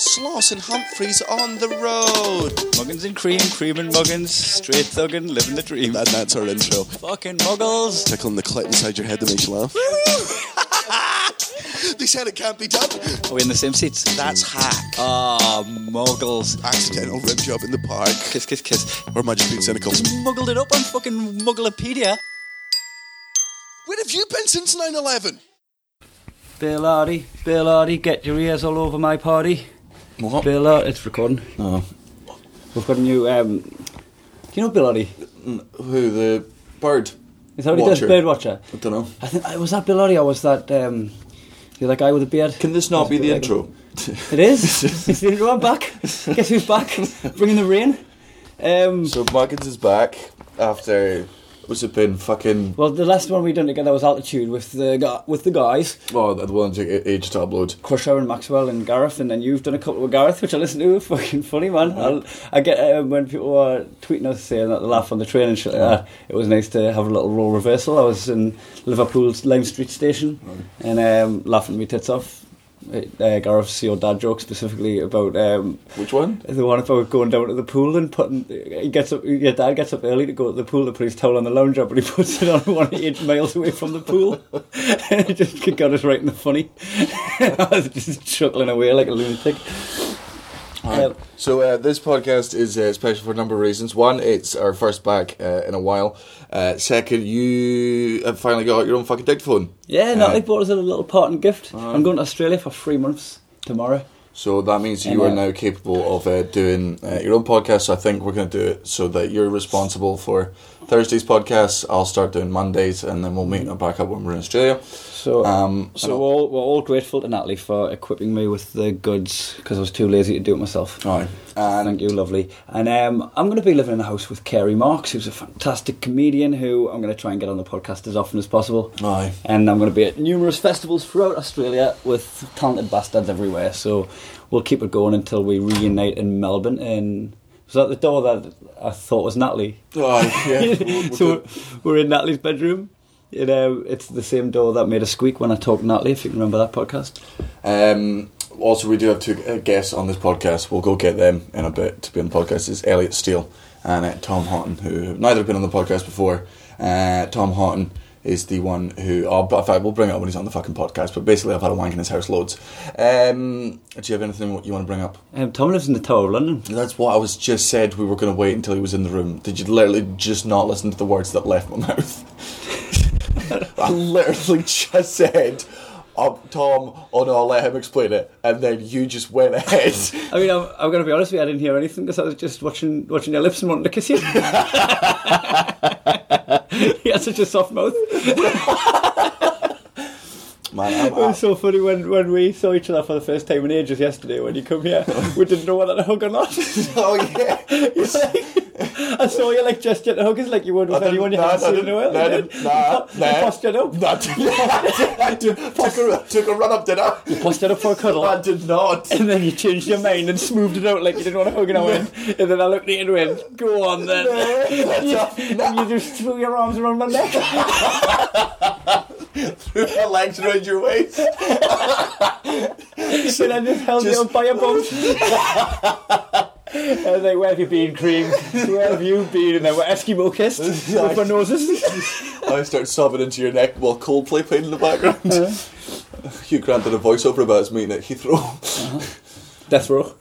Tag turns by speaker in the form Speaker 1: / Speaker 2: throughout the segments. Speaker 1: Sloss and Humphreys on the road.
Speaker 2: Muggins and cream, cream and muggins, straight thuggin', living the dream.
Speaker 1: And that's our intro.
Speaker 2: Fucking muggles.
Speaker 1: Tickling the clit inside your head that makes you laugh. they said it can't be done.
Speaker 2: Are we in the same seats?
Speaker 1: That's hack.
Speaker 2: Ah, muggles.
Speaker 1: Accidental rib job in the park.
Speaker 2: Kiss, kiss, kiss.
Speaker 1: Or am I just being cynical?
Speaker 2: Just muggled it up on fucking Mugglepedia.
Speaker 1: Where have you been since 9 11?
Speaker 3: Bill Hardy, Bill Hardy, get your ears all over my party.
Speaker 2: What?
Speaker 3: Bill Hardy, it's recording.
Speaker 4: uh,
Speaker 2: Oh.
Speaker 3: We've got a new. Um, do you know Bill Hardy?
Speaker 2: Who, the bird?
Speaker 3: Is that what
Speaker 2: Watcher.
Speaker 3: he does? Birdwatcher.
Speaker 2: I don't know.
Speaker 3: I think uh, was that Bill Hardy or was that um, the other guy with the beard?
Speaker 2: Can this not
Speaker 3: That's
Speaker 2: be the
Speaker 3: Bill
Speaker 2: intro?
Speaker 3: Hardy. It is. it's the intro. I'm back. Guess who's back? Bringing the rain. Um,
Speaker 4: So Muggins is back after what's it been? Fucking
Speaker 3: well, the last one we done together was Altitude with the gu- with the guys,
Speaker 4: oh, the one to age to upload.
Speaker 3: Crusher and Maxwell and Gareth, and then you've done a couple with Gareth, which I listen to. Fucking funny, man. I'll, I get um, when people are tweeting us saying that they laugh on the train and shit like that. It was nice to have a little role reversal. I was in Liverpool's Lime Street station and um, laughing my tits off. Uh, Gareth's your dad joke specifically about um,
Speaker 4: Which one?
Speaker 3: the one about going down to the pool and putting he gets up your dad gets up early to go to the pool to put his towel on the lounge up but he puts it on one eight miles away from the pool it just got us right in the funny I was just chuckling away like a lunatic Um,
Speaker 4: So uh, this podcast is uh, special for a number of reasons. One, it's our first back uh, in a while. Uh, second, you have finally got your own fucking dictaphone.
Speaker 3: yeah Natalie bought us a little parting gift I'm going to Australia for three months tomorrow
Speaker 4: So that means you
Speaker 3: And,
Speaker 4: are
Speaker 3: uh,
Speaker 4: now capable of uh, doing uh, your own podcast. So I think we're going to do it so that you're responsible for Thursday's podcast. I'll start doing Mondays, and then we'll meet back up when we're in Australia.
Speaker 3: so
Speaker 4: Um,
Speaker 3: so we're all, we're all grateful to Natalie for equipping me with the goods because I was too lazy to do it myself
Speaker 4: Aye. And
Speaker 3: Thank you, lovely. And um, I'm going to be living in a house with Kerry Marks, who's a fantastic comedian who I'm going to try and get on the podcast as often as possible.
Speaker 4: Aye.
Speaker 3: And I'm going to be at numerous festivals throughout Australia with talented bastards everywhere. So we'll keep it going until we reunite in Melbourne. And was that the door that I thought was Natalie?
Speaker 4: Aye, Oh, yeah. We'll- we'll
Speaker 3: so
Speaker 4: do-
Speaker 3: we're, we're in Natalie's bedroom. It, um, it's the same door that made a squeak when I talked to Natalie, if you can remember that podcast.
Speaker 4: Um, also, we do have two uh, guests on this podcast. We'll go get them in a bit to be on the podcast. It's Elliot Steele and uh, Tom Houghton, who have neither have been on the podcast before. Uh, Tom Houghton is the one who, oh, but in fact, we'll bring it up when he's on the fucking podcast. But basically, I've had a wank in his house loads. Um, do you have anything you want to bring up?
Speaker 3: Um, Tom lives in the Tower of London.
Speaker 4: That's what I was just said. We were going to wait until he was in the room. Did you literally just not listen to the words that left my mouth? I literally just said, oh, Tom, oh no, I'll let him explain it. And then you just went ahead.
Speaker 3: I mean, I'm, I'm going to be honest with you. I didn't hear anything because I was just watching watching your lips and wanting to kiss you. he had such a soft mouth. It
Speaker 4: Man, I'm,
Speaker 3: was so funny when, when we saw each other for the first time in ages yesterday. When you come here, we didn't know whether to hug or not.
Speaker 4: oh yeah.
Speaker 3: You're like- I saw you like gesture to hug us like you would with
Speaker 4: didn't-
Speaker 3: anyone you
Speaker 4: nah,
Speaker 3: hadn't
Speaker 4: I
Speaker 3: seen in
Speaker 4: didn't-
Speaker 3: a while.
Speaker 4: nah, I
Speaker 3: You
Speaker 4: didn't- nah,
Speaker 3: You
Speaker 4: nah.
Speaker 3: postured up.
Speaker 4: No, I did not. I did, took, a, took a run up, did I?
Speaker 3: Postured up for a cuddle.
Speaker 4: I did not.
Speaker 3: And then you changed your mind and smoothed it out like you didn't want to hug, and I went, and then I looked at you and went, "Go on then." you, you just threw your arms around my neck.
Speaker 4: Threw my legs around your waist.
Speaker 3: And I just held
Speaker 4: Just-
Speaker 3: you up by your bum. and I was like, where have you been, Cream? Where have you been? And then we're Eskimo kissed with our noses.
Speaker 4: I start sobbing into your neck while Coldplay played in the background. Hugh Grant did a voiceover about his meeting at Heathrow.
Speaker 3: Death row.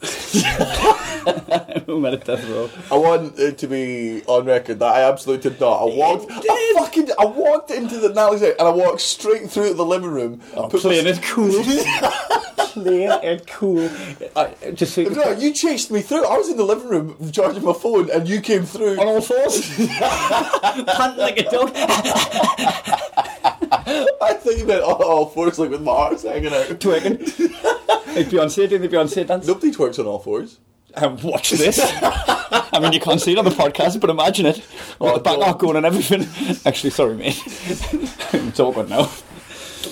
Speaker 3: I'm at death row.
Speaker 4: I want it to be on record that I absolutely did not. I walked, I fucking, I walked into the Natalie's house and I walked straight through the living room. Put my-
Speaker 3: Playing it cool. Playing it cool. I, just so you
Speaker 4: No, you chased me through. I was in the living room charging my phone, and you came through.
Speaker 3: on all fours. Panting like a dog.
Speaker 4: I think you meant on all fours, like with my arms hanging out.
Speaker 3: Twerking. Like Beyonce doing the Beyonce dance.
Speaker 4: Nobody twerks on all fours.
Speaker 3: And watch this. I mean, you can't see it on the podcast, but imagine it. With the back arc going and everything. Actually, sorry, mate. it's awkward now.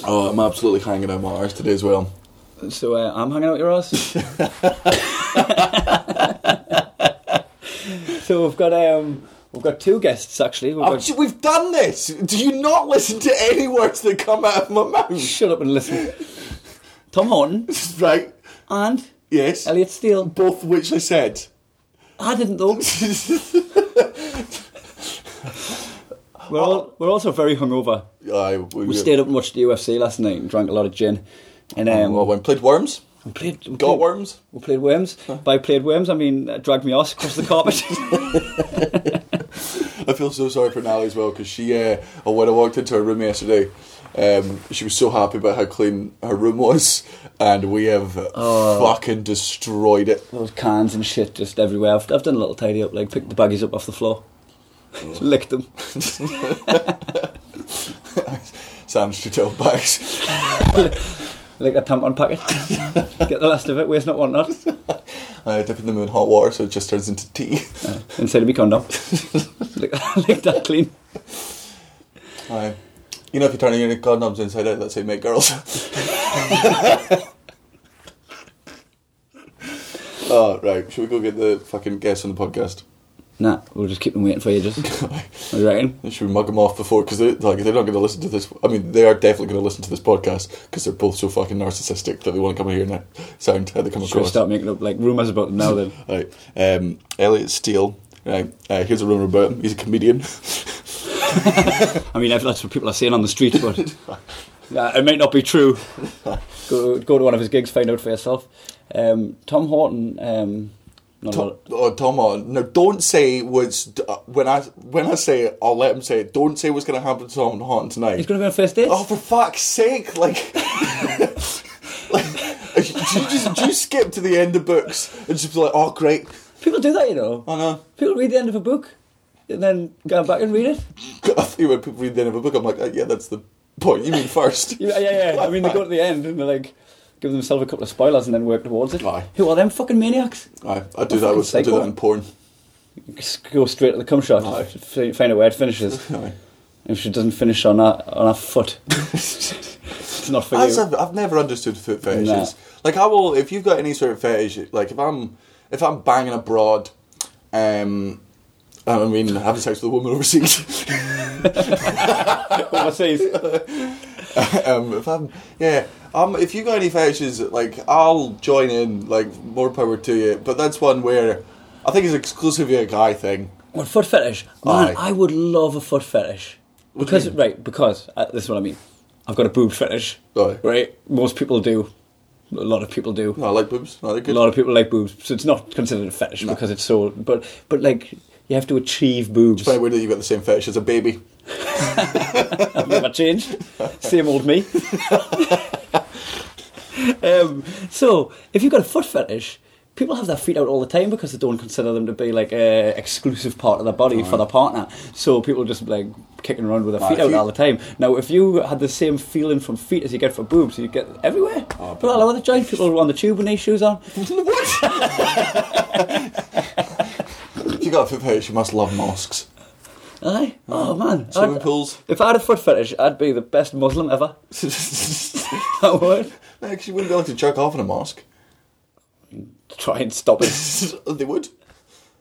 Speaker 4: Oh, I'm absolutely hanging out my arse today as well.
Speaker 3: So uh, I'm hanging out your ass. so we've got um, we've got two guests actually. We've
Speaker 4: Oh,
Speaker 3: got,
Speaker 4: gee, we've done this. Do you not listen to any words that come out of my mouth?
Speaker 3: shut up and listen. Tom Horton
Speaker 4: Right.
Speaker 3: and
Speaker 4: Yes.
Speaker 3: Elliot Steele.
Speaker 4: Both which I said.
Speaker 3: I didn't though. we're, all, we're also very hungover.
Speaker 4: I, we,
Speaker 3: We stayed up and watched the UFC last night and drank a lot of gin. And um,
Speaker 4: Oh, Well, when played Worms,
Speaker 3: we played, we
Speaker 4: got
Speaker 3: played,
Speaker 4: Worms.
Speaker 3: We played worms. By played worms, I mean uh, dragged me ass across the carpet.
Speaker 4: I feel so sorry for Nally as well because she, uh, oh, when I walked into her room yesterday, um, she was so happy about how clean her room was, and we have
Speaker 3: Oh.
Speaker 4: fucking destroyed it.
Speaker 3: Those cans and shit just everywhere. I've, I've done a little tidy up, like picked the baggies up off the floor,
Speaker 4: Oh.
Speaker 3: licked them.
Speaker 4: Sam's to tell bags.
Speaker 3: like a tampon packet. Get the last of it, waste not want not.
Speaker 4: I dip in the moon hot water so it just turns into tea.
Speaker 3: Inside of me condom. like, like that clean.
Speaker 4: Aye. You know, if you turn your condoms inside out, that's how you make girls. oh, right. Should we go get the fucking guests on the podcast?
Speaker 3: Nah, we'll just keep them waiting for ages. What do you reckon?
Speaker 4: Should we mug them off before? Because they're, like, they're not going to listen to this. I mean, they are definitely going to listen to this podcast because they're both so fucking narcissistic that they want to come here and sound how they come
Speaker 3: Should we
Speaker 4: across.
Speaker 3: start making up like rumours about them now then?
Speaker 4: Right. Um, Elliot Steele. Right. Uh, here's a rumor about him. He's a comedian.
Speaker 3: I mean, if that's what people are saying on the street, but Nah, it might not be true. Go, go to one of his gigs, find out for yourself. Um, Tom Horton, um, not a
Speaker 4: Tom,
Speaker 3: lot-
Speaker 4: oh, Tom, oh, no, don't say what's uh, when I when I say it, I'll let him say it. Don't say what's going to happen to Tom Horton tonight.
Speaker 3: he's going to be on first date.
Speaker 4: oh, for fuck's sake! Like, like you just you skip to the end of books and just be like, oh great,
Speaker 3: People do that, you know.
Speaker 4: oh no.
Speaker 3: People read the end of a book and then go back and read it.
Speaker 4: I think when people read the end of a book, I'm like, oh, yeah, that's the point. You mean first?
Speaker 3: Yeah, yeah, yeah. I mean, they go to the end and they like give themselves a couple of spoilers and then work towards it.
Speaker 4: Aye.
Speaker 3: Who are them fucking maniacs?
Speaker 4: I, I do that with I do
Speaker 3: Psycho.
Speaker 4: that in porn.
Speaker 3: Just go straight to the cum shot.
Speaker 4: Aye.
Speaker 3: F- Find out where it finishes.
Speaker 4: Aye.
Speaker 3: If she doesn't finish on that on her foot, it's not for
Speaker 4: As
Speaker 3: you.
Speaker 4: I've, I've never understood foot fetishes.
Speaker 3: Nah.
Speaker 4: Like I will, if you've got any sort of fetish, like if I'm if I'm banging abroad, um, I mean having sex with a woman overseas.
Speaker 3: Overseas.
Speaker 4: um, if I'm yeah, um, if you got any fetishes, like I'll join in. Like more power to you. But that's one where I think it's exclusively a guy thing.
Speaker 3: What foot fetish? Man,
Speaker 4: Aye.
Speaker 3: I would love a foot fetish.
Speaker 4: do you
Speaker 3: Because right, because uh, this is what I mean. I've got a boob fetish.
Speaker 4: Aye.
Speaker 3: Right, most people do. A lot of people do.
Speaker 4: No, I like boobs. No, they're
Speaker 3: A
Speaker 4: good.
Speaker 3: lot of people like boobs, so it's not considered a fetish because it's so. But but like you have to achieve boobs.
Speaker 4: Funny weird that you've got the same fetish as a baby.
Speaker 3: I've never changed. Same old me. um, so, if you've got a foot fetish, people have their feet out all the time because they don't consider them to be like a exclusive part of their body for their partner. So people just like kicking around with their
Speaker 4: Right,
Speaker 3: feet
Speaker 4: if
Speaker 3: out
Speaker 4: you-
Speaker 3: all the time. Now, if you had the same feeling from feet as you get for boobs, you get everywhere. but I love the giant people on the tube with these shoes on.
Speaker 4: If you got a foot fetish, you must love mosques,
Speaker 3: Aye. Oh man.
Speaker 4: swimming
Speaker 3: I'd-
Speaker 4: pools.
Speaker 3: If I had a foot fetish, I'd be the best Muslim ever. I would.
Speaker 4: No, 'cause you wouldn't be able to jerk off in a mosque.
Speaker 3: Try and stop it.
Speaker 4: they would.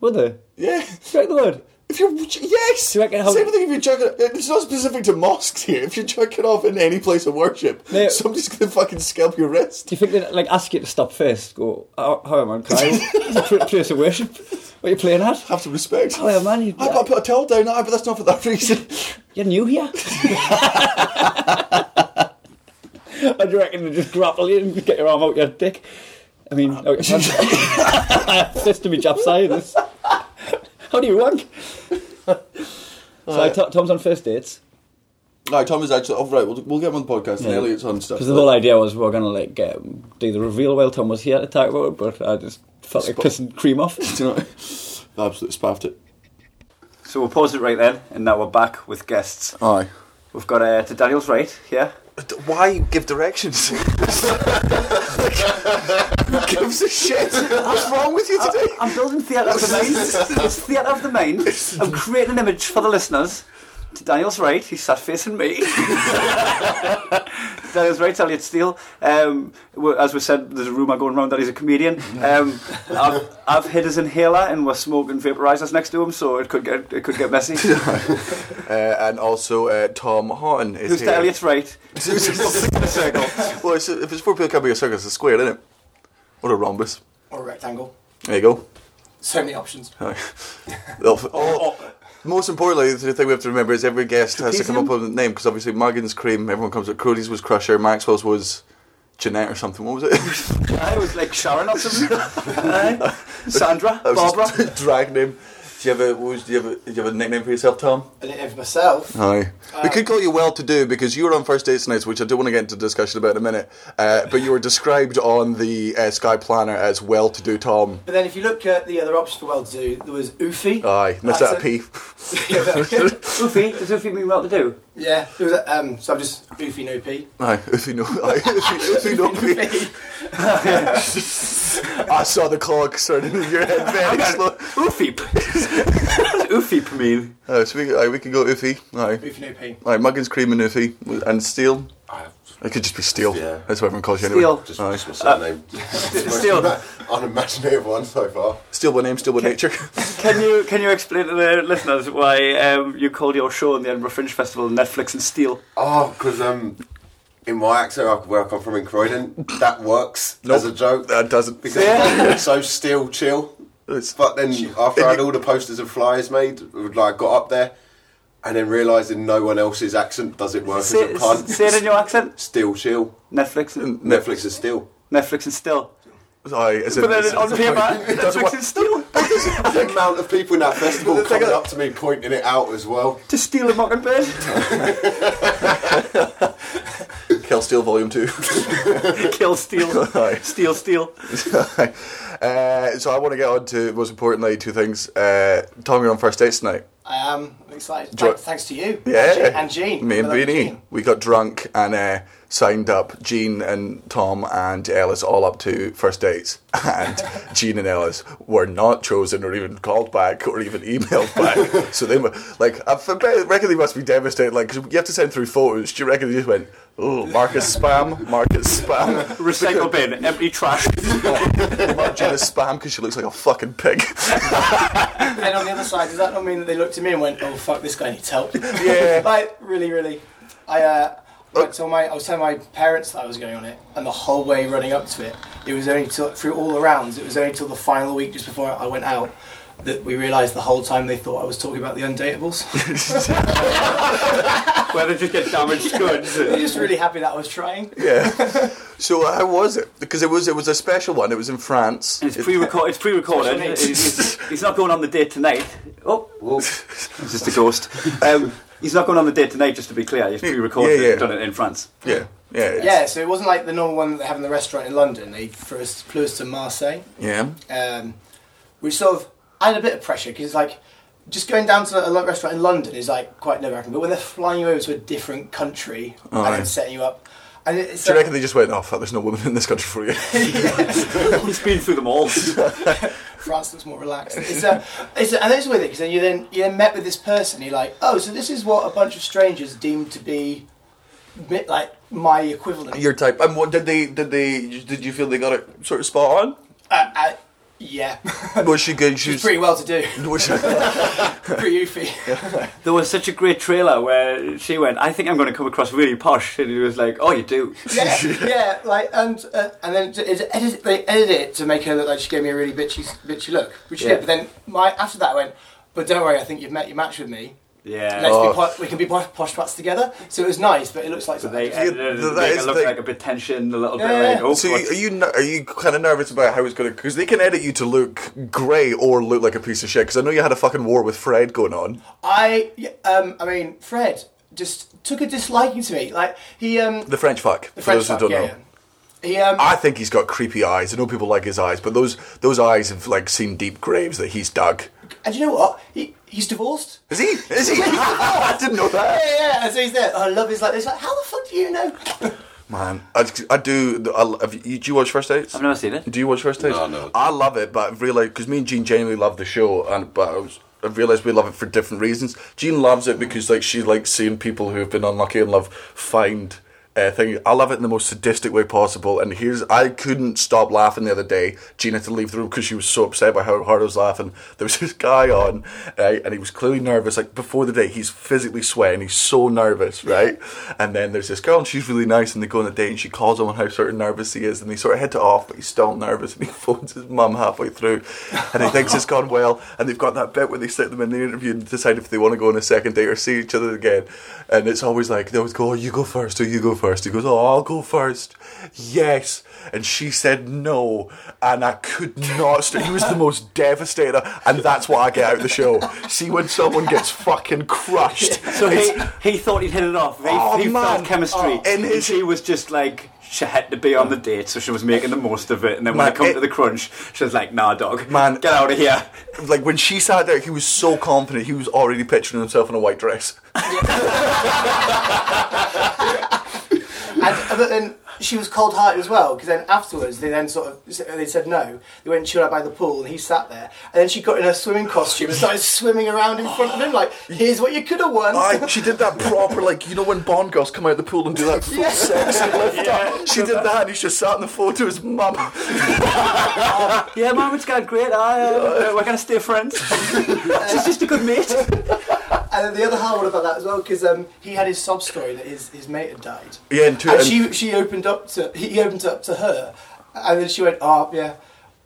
Speaker 3: Would they?
Speaker 4: Yeah.
Speaker 3: Strike the word.
Speaker 4: If you're yes,
Speaker 3: Do you reckon how-
Speaker 4: same thing. If you're jerking, it's not specific to mosques here. If you're jerking off in any place of worship,
Speaker 3: No.
Speaker 4: somebody's gonna fucking scalp your wrist.
Speaker 3: Do you think they like ask you to stop first? Go, oh, hi man, can I? It's a pl- place of worship. What are you playing at?
Speaker 4: Have some respect.
Speaker 3: Oh, yeah, man, you-
Speaker 4: I, I put a towel down, I, but that's not for that reason.
Speaker 3: You're new here. I do reckon they just grapple you and get your arm out your dick. I mean,
Speaker 4: Uh,
Speaker 3: oh, out your pants. I have to me Jap science. How do you wank? So I t- Tom's on first dates
Speaker 4: no, Tom is actually. Oh, right, we'll, we'll get him on the podcast. And Elliot's on stuff.
Speaker 3: because the whole idea was we were are gonna like um, do the reveal while Tom was here to talk about it, but I just felt like
Speaker 4: Spot.
Speaker 3: pissing cream off.
Speaker 4: Do you know, I absolutely spaffed it.
Speaker 3: So we'll pause it right then, and now we're back with guests.
Speaker 4: Aye.
Speaker 3: We've got uh, to Daniel's right here.
Speaker 4: Why give directions? Who gives a shit? What's wrong with you today?
Speaker 3: I'm building theatre of the mind. It's theatre of the mind. I'm creating an image for the listeners. To Daniel's right, he's sat facing me. Daniel's right, Elliot Steele. Um, well, as we said, there's a rumour going around that he's a comedian. Um, I've, I've hid his inhaler and we're smoking vaporisers next to him, so it could get it could get messy.
Speaker 4: Uh, and also uh, Tom Houghton is
Speaker 3: Who's
Speaker 4: here.
Speaker 3: to Elliot's right?
Speaker 4: well, it's, if it's four people, it can't be a circle. It's a square, isn't it? or a rhombus.
Speaker 5: or a rectangle.
Speaker 4: There you go.
Speaker 5: So many options.
Speaker 4: They'll- oh, Most importantly, the thing we have to remember is every guest has to come up with a name because obviously Muggins Cream, everyone comes with Crudy's was Crusher, Maxwell's was Jeanette or something. What was it?
Speaker 3: I was like Sharon or something. Aye. Sandra,
Speaker 4: That was just
Speaker 3: Barbara.
Speaker 4: a drag name. Do you have a what was, do you have a, do you have a nickname for yourself, Tom?
Speaker 5: And if myself,
Speaker 4: Aye. we could call you well to do because you were on first dates nights, which I do want to get into discussion about in a minute. Uh, but you were described on the uh, Sky Planner as well to do Tom.
Speaker 5: but then if you look at the other option for well to do, there was Oofy.
Speaker 4: Aye, missed out a
Speaker 5: That's
Speaker 4: P.
Speaker 5: yeah, that-
Speaker 3: Uffy, does Uffy mean well to do?
Speaker 5: yeah, it was, um, so I'm just Oofy, no P.
Speaker 4: Aye, if you know, aye, if you, if you know P. I saw the clock starting in your head very slow.
Speaker 3: Uffy. Uffy mean.
Speaker 4: Uh, so we, aye, we could go Iffy. Aye.
Speaker 5: Oofy, no P.
Speaker 4: Aye, Muggins Cream and Iffy. And Steel. It could just be Steel.
Speaker 6: Yeah.
Speaker 4: That's what everyone calls you
Speaker 3: Steel.
Speaker 4: anyway.
Speaker 6: Just,
Speaker 4: Aye.
Speaker 6: just my surname. Uh,
Speaker 3: Still,
Speaker 6: Unimaginative one so far.
Speaker 4: Steel by name, Steel by nature.
Speaker 3: can you can you explain to the listeners why um, you called your show in the Edinburgh Fringe Festival Netflix and Steel?
Speaker 6: Oh, because um, in my accent, I- where I come from in Croydon, that works as a joke.
Speaker 4: that doesn't.
Speaker 6: Because it's so still chill.
Speaker 4: It's-
Speaker 6: But then after I had all the posters and flyers made, like got up there, and then realising no one else's accent does it work
Speaker 3: Say,
Speaker 6: as a pun.
Speaker 3: say it in your accent.
Speaker 6: Still chill.
Speaker 3: Netflix and
Speaker 6: Netflix is still.
Speaker 3: Netflix and Still.
Speaker 4: Aye, it's a-
Speaker 3: But then
Speaker 4: it's-
Speaker 3: on
Speaker 4: it's a-
Speaker 3: paper, Netflix and Steel.
Speaker 6: the amount of people in that festival
Speaker 4: thing
Speaker 6: coming
Speaker 4: is-
Speaker 6: up to me pointing it out as well.
Speaker 3: To steal a mockingbird.
Speaker 4: Kel Steel Volume 2.
Speaker 3: Kill Steel.
Speaker 4: Aye.
Speaker 3: Steal Steel.
Speaker 4: uh, so I want to get on to, most importantly, two things. Uh, Tom, you're on first dates tonight.
Speaker 5: I am excited.
Speaker 4: Jo-
Speaker 5: Thanks, thanks to you.
Speaker 4: Yeah.
Speaker 5: And Gene.
Speaker 4: Me and
Speaker 5: I love
Speaker 4: Beanie.
Speaker 5: Gene.
Speaker 4: We got drunk and uh, signed up Gene and Tom and Ellis all up to first dates. And Gene and Ellis were not chosen or even called back or even emailed back. so they were like, I f- I reckon they must be devastated. Like, 'cause you have to send through photos. Do you reckon they just went, oh, mark as spam, mark as spam.
Speaker 3: Recycle bin. Empty trash.
Speaker 4: Mark Gene as spam because she looks like a fucking pig.
Speaker 5: But then on the other side, does that not mean that they looked at me and went, "Oh fuck, this guy needs help"?
Speaker 4: Yeah.
Speaker 5: like really, really. I uh, went to my. I was telling my parents that I was going on it, and the whole way running up to it, it was only till, through all the rounds. It was only till the final week, just before I went out, that we realised the whole time they thought I was talking about the undateables.
Speaker 3: Where they just get damaged goods.
Speaker 5: They're just really happy that I was trying.
Speaker 4: yeah. So how was it? Because it was it was a special one. It was in France.
Speaker 3: It's pre-recorded. It's pre-recorded.
Speaker 5: Special
Speaker 3: He's, he's- he's not going on the date tonight. Oh, he's just a ghost. Um, he's not going on the date tonight. Just to be clear, he's pre-recorded.
Speaker 4: yeah.
Speaker 3: and Done it in France.
Speaker 4: Yeah. Yeah. it's-
Speaker 5: Yeah, so it wasn't like the normal one that they have in the restaurant in London. They flew us, flew us to Marseille.
Speaker 4: Yeah.
Speaker 5: um, which sort of added a bit of pressure because like just going down to a lo- restaurant in London is like quite nerve wracking, but when they're flying you over to a different country and
Speaker 4: Aye.
Speaker 5: then setting you up, and it- it's
Speaker 4: Oh, Do you
Speaker 5: like,
Speaker 4: reckon they just went, oh, fuck, there's no women in this country for you?
Speaker 3: he's been through them all.
Speaker 5: France looks more relaxed. It's a, it's a, and that's with it because then you then you then met with this person. You're like, oh, so this is what a bunch of strangers deemed to be, bit like my equivalent.
Speaker 4: Your type. And what did they, did they, did you feel they got it sort of spot
Speaker 5: uh, uh, yeah,
Speaker 4: on? Was she good? She
Speaker 5: she's
Speaker 4: was,
Speaker 5: pretty well to do,
Speaker 4: was she-
Speaker 5: pretty oofy.
Speaker 3: There was such a great trailer where she went. I think I'm going to come across really posh, and he was like, "Oh, you do."
Speaker 5: yeah, yeah, like and uh, and then it, it edit, they edit it to make her look like she gave me a really bitchy bitchy look, which she
Speaker 3: Yeah.
Speaker 5: did. But then my after that I went, but don't worry, I think you've met your match with me.
Speaker 3: Yeah.
Speaker 5: Let's
Speaker 4: Oh.
Speaker 5: be po- we can be po- posh twats together. So it was nice, but it looks like
Speaker 3: They
Speaker 5: something.
Speaker 3: edited it to
Speaker 4: that
Speaker 3: make
Speaker 4: is
Speaker 3: it look
Speaker 4: the-
Speaker 3: like a bit tension, a little
Speaker 5: Yeah,
Speaker 3: bit like,
Speaker 5: yeah.
Speaker 3: oh,
Speaker 4: So you,
Speaker 3: what's-
Speaker 4: are you ner- are you kind of nervous about how it's going to? Because they can edit you to look grey or look like a piece of shit. Because I know you had a fucking war with Fred going on.
Speaker 5: I yeah, um I mean Fred just took a disliking to me. Like he um
Speaker 4: The French fuck.
Speaker 5: the
Speaker 4: for those
Speaker 5: French
Speaker 4: who
Speaker 5: fuck,
Speaker 4: don't
Speaker 5: yeah,
Speaker 4: know.
Speaker 5: yeah. He um
Speaker 4: I think he's got creepy eyes. I know people like his eyes, but those those eyes have like seen deep graves that he's dug.
Speaker 5: and you know what he he's divorced.
Speaker 4: Is he? Is he? I didn't know that.
Speaker 5: Yeah, yeah. And so he's there. Oh, love is like this. Like how the fuck do you know?
Speaker 4: Man, I, I do. I, have you, do you watch First Dates?
Speaker 3: I've never seen it.
Speaker 4: Do you watch First Dates?
Speaker 6: No, no.
Speaker 4: I love it, but I've realised because me and Jean genuinely love the show, and but I was, I've realised we love it for different reasons. Jean loves it because like she likes seeing people who have been unlucky in love find uh, thing. I love it in the most sadistic way possible. And here's I couldn't stop laughing the other day. Gina had to leave the room because she was so upset by how hard I was laughing. There was this guy on, right, and he was clearly nervous. Like before the day, he's physically sweating. He's so nervous, right? And then there's this girl, and she's really nice. And they go on a date, and she calls him on how sort of nervous he is, and they sort of hit it off, but he's still nervous. And he phones his mum halfway through, and he thinks it's gone well. And they've got that bit where they sit them in the interview and decide if they want to go on a second date or see each other again. And it's always like they always go, "Oh, you go first, or you go first. He goes, "Oh, I'll go first. Yes." And she said no, and I could not. St- he was the most devastated, and that's what I get out of the show. See when someone gets fucking crushed.
Speaker 3: So he,
Speaker 4: it's-
Speaker 3: he thought he'd hit it off. He,
Speaker 4: Oh,
Speaker 3: he
Speaker 4: man.
Speaker 3: felt chemistry.
Speaker 4: Oh, and
Speaker 3: and
Speaker 4: it's-
Speaker 3: she was just like, she had to be on the date, so she was making the most of it. And then when
Speaker 4: Man,
Speaker 3: it come
Speaker 4: it-
Speaker 3: to the crunch, she was like, nah, dog,
Speaker 4: Man.
Speaker 3: get out of here.
Speaker 4: like when she sat there, he was so confident. He was already picturing himself in a white dress.
Speaker 5: And, uh, but then she was cold hearted as well because then afterwards they then sort of they said no. They went and chilled out by the pool and he sat there. And then she got in her swimming costume and started swimming around in front of him like, here's what you could have won.
Speaker 4: I, she did that proper, like, you know, when Bond girls come out of the pool and do that full sexy lift up. She did that, and he's just sat in the photo with his mum.
Speaker 3: Yeah, mum, it's going great. I, uh, we're going to stay friends. She's just a good mate.
Speaker 5: And then the other hard one about that as well because um, he had his sob story that his, his mate had died.
Speaker 4: Yeah, and two.
Speaker 5: And
Speaker 4: and-
Speaker 5: she she opened up to he he opened up to her, and then she went, "Oh yeah,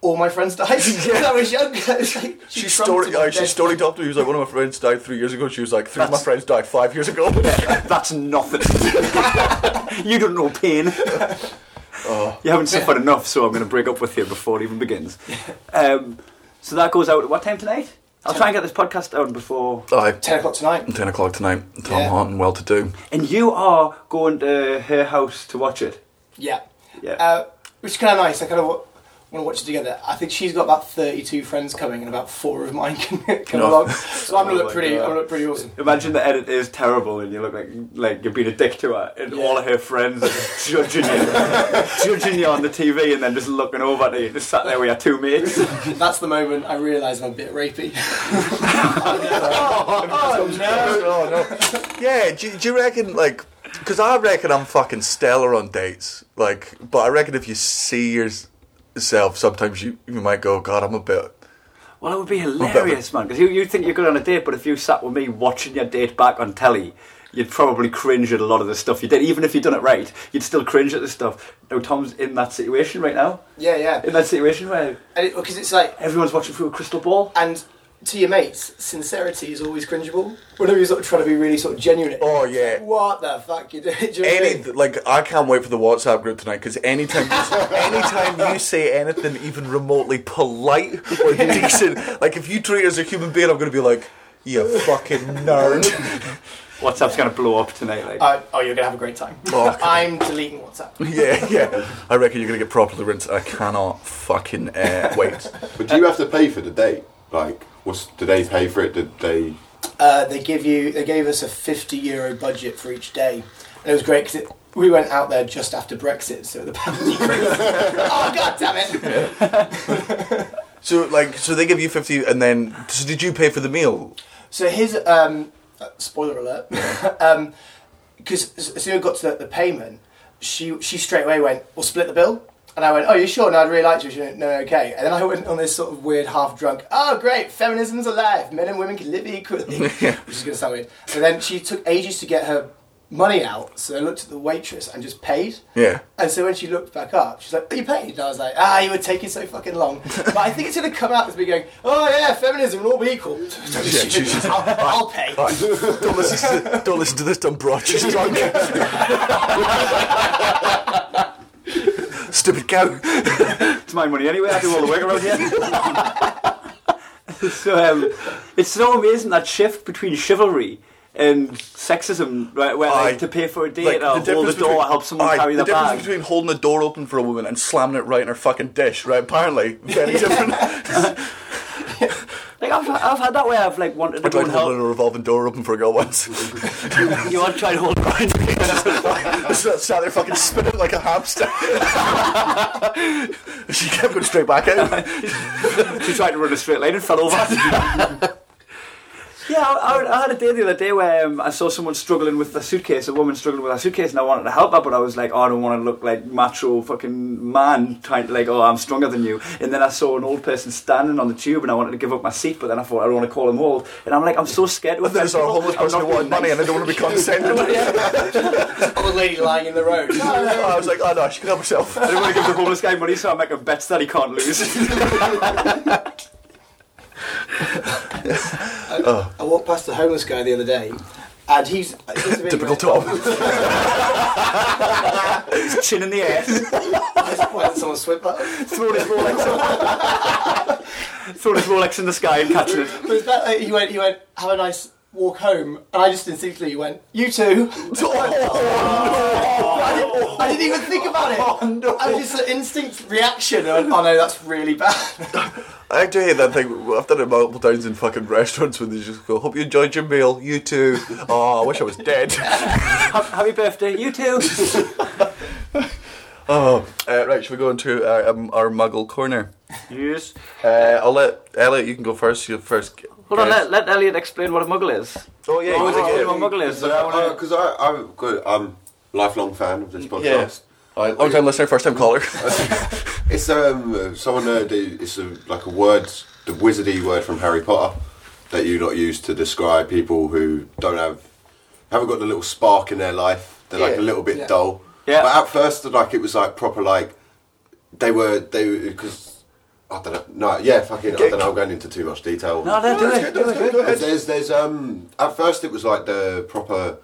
Speaker 5: all my friends died when I was young." It's like,
Speaker 4: she
Speaker 5: trumped
Speaker 4: story,
Speaker 5: him
Speaker 4: uh,
Speaker 5: to
Speaker 4: she
Speaker 5: death.
Speaker 4: story topped me. He was like, one of my friends died three years ago. She was like, three of my friends died five years ago.
Speaker 3: That's nothing. you don't know pain.
Speaker 4: Oh.
Speaker 3: You haven't suffered enough, so I'm going to break up with you before it even begins. Um, so that goes out at what time tonight? I'll try and get this podcast out before.
Speaker 4: Aye.
Speaker 5: Ten o'clock tonight.
Speaker 4: 10 o'clock tonight. Tom
Speaker 5: Yeah.
Speaker 4: Hart and Well To Do.
Speaker 3: And you are going to her house to watch it.
Speaker 5: Yeah.
Speaker 3: Yeah.
Speaker 5: Uh, which is kind of nice. I kind of want to watch it together. I think she's got about thirty-two friends coming, and about four of mine can come
Speaker 4: No.
Speaker 5: along. So I'm gonna
Speaker 3: Oh my
Speaker 5: look pretty.
Speaker 3: God.
Speaker 5: I'm gonna look pretty awesome.
Speaker 3: Imagine the edit is terrible and you look like like you're being a dick to her and
Speaker 5: Yeah.
Speaker 3: all of her friends are judging you judging you on the TV and then just looking over at you just sat there with your two mates.
Speaker 5: That's the moment I realise I'm a bit rapey.
Speaker 4: Oh, Yeah, do, do you reckon, like, because I reckon I'm fucking stellar on dates. Like, but I reckon if you see yourself, sometimes you, you might go, God, I'm a bit.
Speaker 3: Well, it would be hilarious, man, because you, you think you're good on a date, but if you sat with me watching your date back on telly, you'd probably cringe at a lot of the stuff you did. Even if you'd done it right, you'd still cringe at the stuff. Now, Tom's in that situation right now.
Speaker 5: yeah, yeah.
Speaker 3: In that situation where
Speaker 5: And because it's like,
Speaker 3: everyone's watching through a crystal ball.
Speaker 5: and to your mates, sincerity is always cringeable. Whenever you're sort of trying to be really sort of genuine.
Speaker 4: Oh, yeah.
Speaker 5: What the fuck you doing? Do you know what I mean?
Speaker 4: Any like I can't wait for the WhatsApp group tonight because anytime you, anytime you say anything even remotely polite or decent, like if you treat her as a human being, I'm gonna be like, you fucking nerd.
Speaker 3: WhatsApp's going to blow up tonight. Like.
Speaker 5: Uh, oh, you're gonna have a great time.
Speaker 4: Oh,
Speaker 5: I'm deleting WhatsApp.
Speaker 4: yeah, yeah. I reckon you're gonna get properly rinsed. I cannot fucking uh, wait.
Speaker 6: But do you have to pay for the date? Like, what's do they pay for it? Did they?
Speaker 5: Uh, they give you. They gave us a 50 euro budget for each day, and it was great because we went out there just after Brexit, so the pound decreased. oh god damn it!
Speaker 4: So like, so they give you fifty, and then so did you pay for the meal?
Speaker 5: So here's um, uh, spoiler alert. Um, Because as soon as we got to the, the payment, she she straight away went, "We'll split the bill." And I went, "Oh, you sure?" And I'd really liked you. She went, "No, no, okay." And then I went on this sort of weird, half drunk. Oh, great! Feminism's alive. Men and women can live equally. Which is gonna sound weird. And then she took ages to get her money out, so I looked at the waitress and just paid.
Speaker 4: Yeah.
Speaker 5: And so when she looked back up, she's like, Are you paid? And I was like, Ah, you were taking so fucking long. But I think it's going to come out as me going, Oh, yeah, feminism will all be equal. I'll, I'll pay.
Speaker 4: Don't listen to, don't listen to this dumb broad. She's drunk. Stupid cow.
Speaker 3: It's my money anyway. I do all the work around here. so um, it's so amazing that shift between chivalry and sexism, right? Where
Speaker 4: Aye.
Speaker 3: like, to pay for a date, or uh, hold the
Speaker 4: difference
Speaker 3: door,
Speaker 4: between-
Speaker 3: help someone
Speaker 4: Aye,
Speaker 3: carry the,
Speaker 4: difference
Speaker 3: bag.
Speaker 4: between holding the door open for a woman and slamming it right in her fucking dish, right? Apparently, very different.
Speaker 3: Like I've, I've had that way. I've like wanted to go
Speaker 4: I tried
Speaker 3: and
Speaker 4: holding
Speaker 3: help.
Speaker 4: a revolving door open for a girl once.
Speaker 3: You want to try and hold it?
Speaker 4: so I sat there fucking spinning like a hamster. she kept going straight back out.
Speaker 3: she tried to run a straight line and fell over. Yeah, I, I, I had a day the other day where um, I saw someone struggling with a suitcase, a woman struggling with a suitcase, and I wanted to help her, but I was like, oh, I don't want to look like macho fucking man trying to like, oh, I'm stronger than you. And then I saw an old person standing on the tube, and I wanted to give up my seat, but then I thought I don't want to call them old, and I'm like, I'm so scared. to
Speaker 4: And there's
Speaker 3: offend
Speaker 4: a
Speaker 3: people.
Speaker 4: homeless
Speaker 3: I'm
Speaker 4: person
Speaker 3: not
Speaker 4: who wanted
Speaker 3: being
Speaker 4: money and they
Speaker 3: nice.
Speaker 4: don't want to be condescending.
Speaker 5: Old lady lying in the road.
Speaker 4: I was like, oh no, I should help myself.
Speaker 3: I don't want to give the homeless guy money, so I make a bet that he can't lose.
Speaker 5: I walked past the homeless guy the other day, and he's he's a bit-
Speaker 4: Typical Tom.
Speaker 3: His chin in the air,
Speaker 5: Why did someone sweep that? up?
Speaker 3: throwing his Rolex, throwing his Rolex in the sky and catching it.
Speaker 5: But it's that, like, he went, he went, have a nice walk home, and I just instinctively went, you too.
Speaker 4: Oh,
Speaker 5: I, didn't, I didn't even think about it.
Speaker 4: Oh,
Speaker 5: I was just an instinct reaction. I went, oh no, that's really bad.
Speaker 4: I do hate that thing. I've done it multiple times in fucking restaurants when they just go, "Hope you enjoyed your meal. You too." Oh, I wish I was dead.
Speaker 3: Ha- Happy birthday, you too.
Speaker 4: oh, uh, right. Should we go into our, um, our Muggle corner?
Speaker 3: yes.
Speaker 4: Uh, I'll let Elliot. You can go first. You first.
Speaker 3: Hold on,
Speaker 4: guess.
Speaker 3: let, let Elliot explain what a muggle is.
Speaker 4: Oh yeah,
Speaker 3: Oh,
Speaker 4: you
Speaker 3: oh,
Speaker 4: again.
Speaker 3: oh, muggle is.
Speaker 4: uh,
Speaker 3: I wanna-
Speaker 6: Because I'm good. I'm lifelong fan of this podcast.
Speaker 4: Yeah. Alright, long time listener, first time caller.
Speaker 6: It's um someone uh, do- it's a, like a word, the wizardy word from Harry Potter that you lot use to describe people who don't have haven't got the little spark in their life. They're like a
Speaker 4: Yeah.
Speaker 6: little bit
Speaker 5: Yeah.
Speaker 6: dull.
Speaker 3: Yeah.
Speaker 6: But at first, like it was like proper like they were they because I don't know. No, yeah, fucking. I don't know. I'm going into too much detail.
Speaker 3: No, no, do it, do it, do it.
Speaker 6: There's, there's, um. At first, it was like the proper,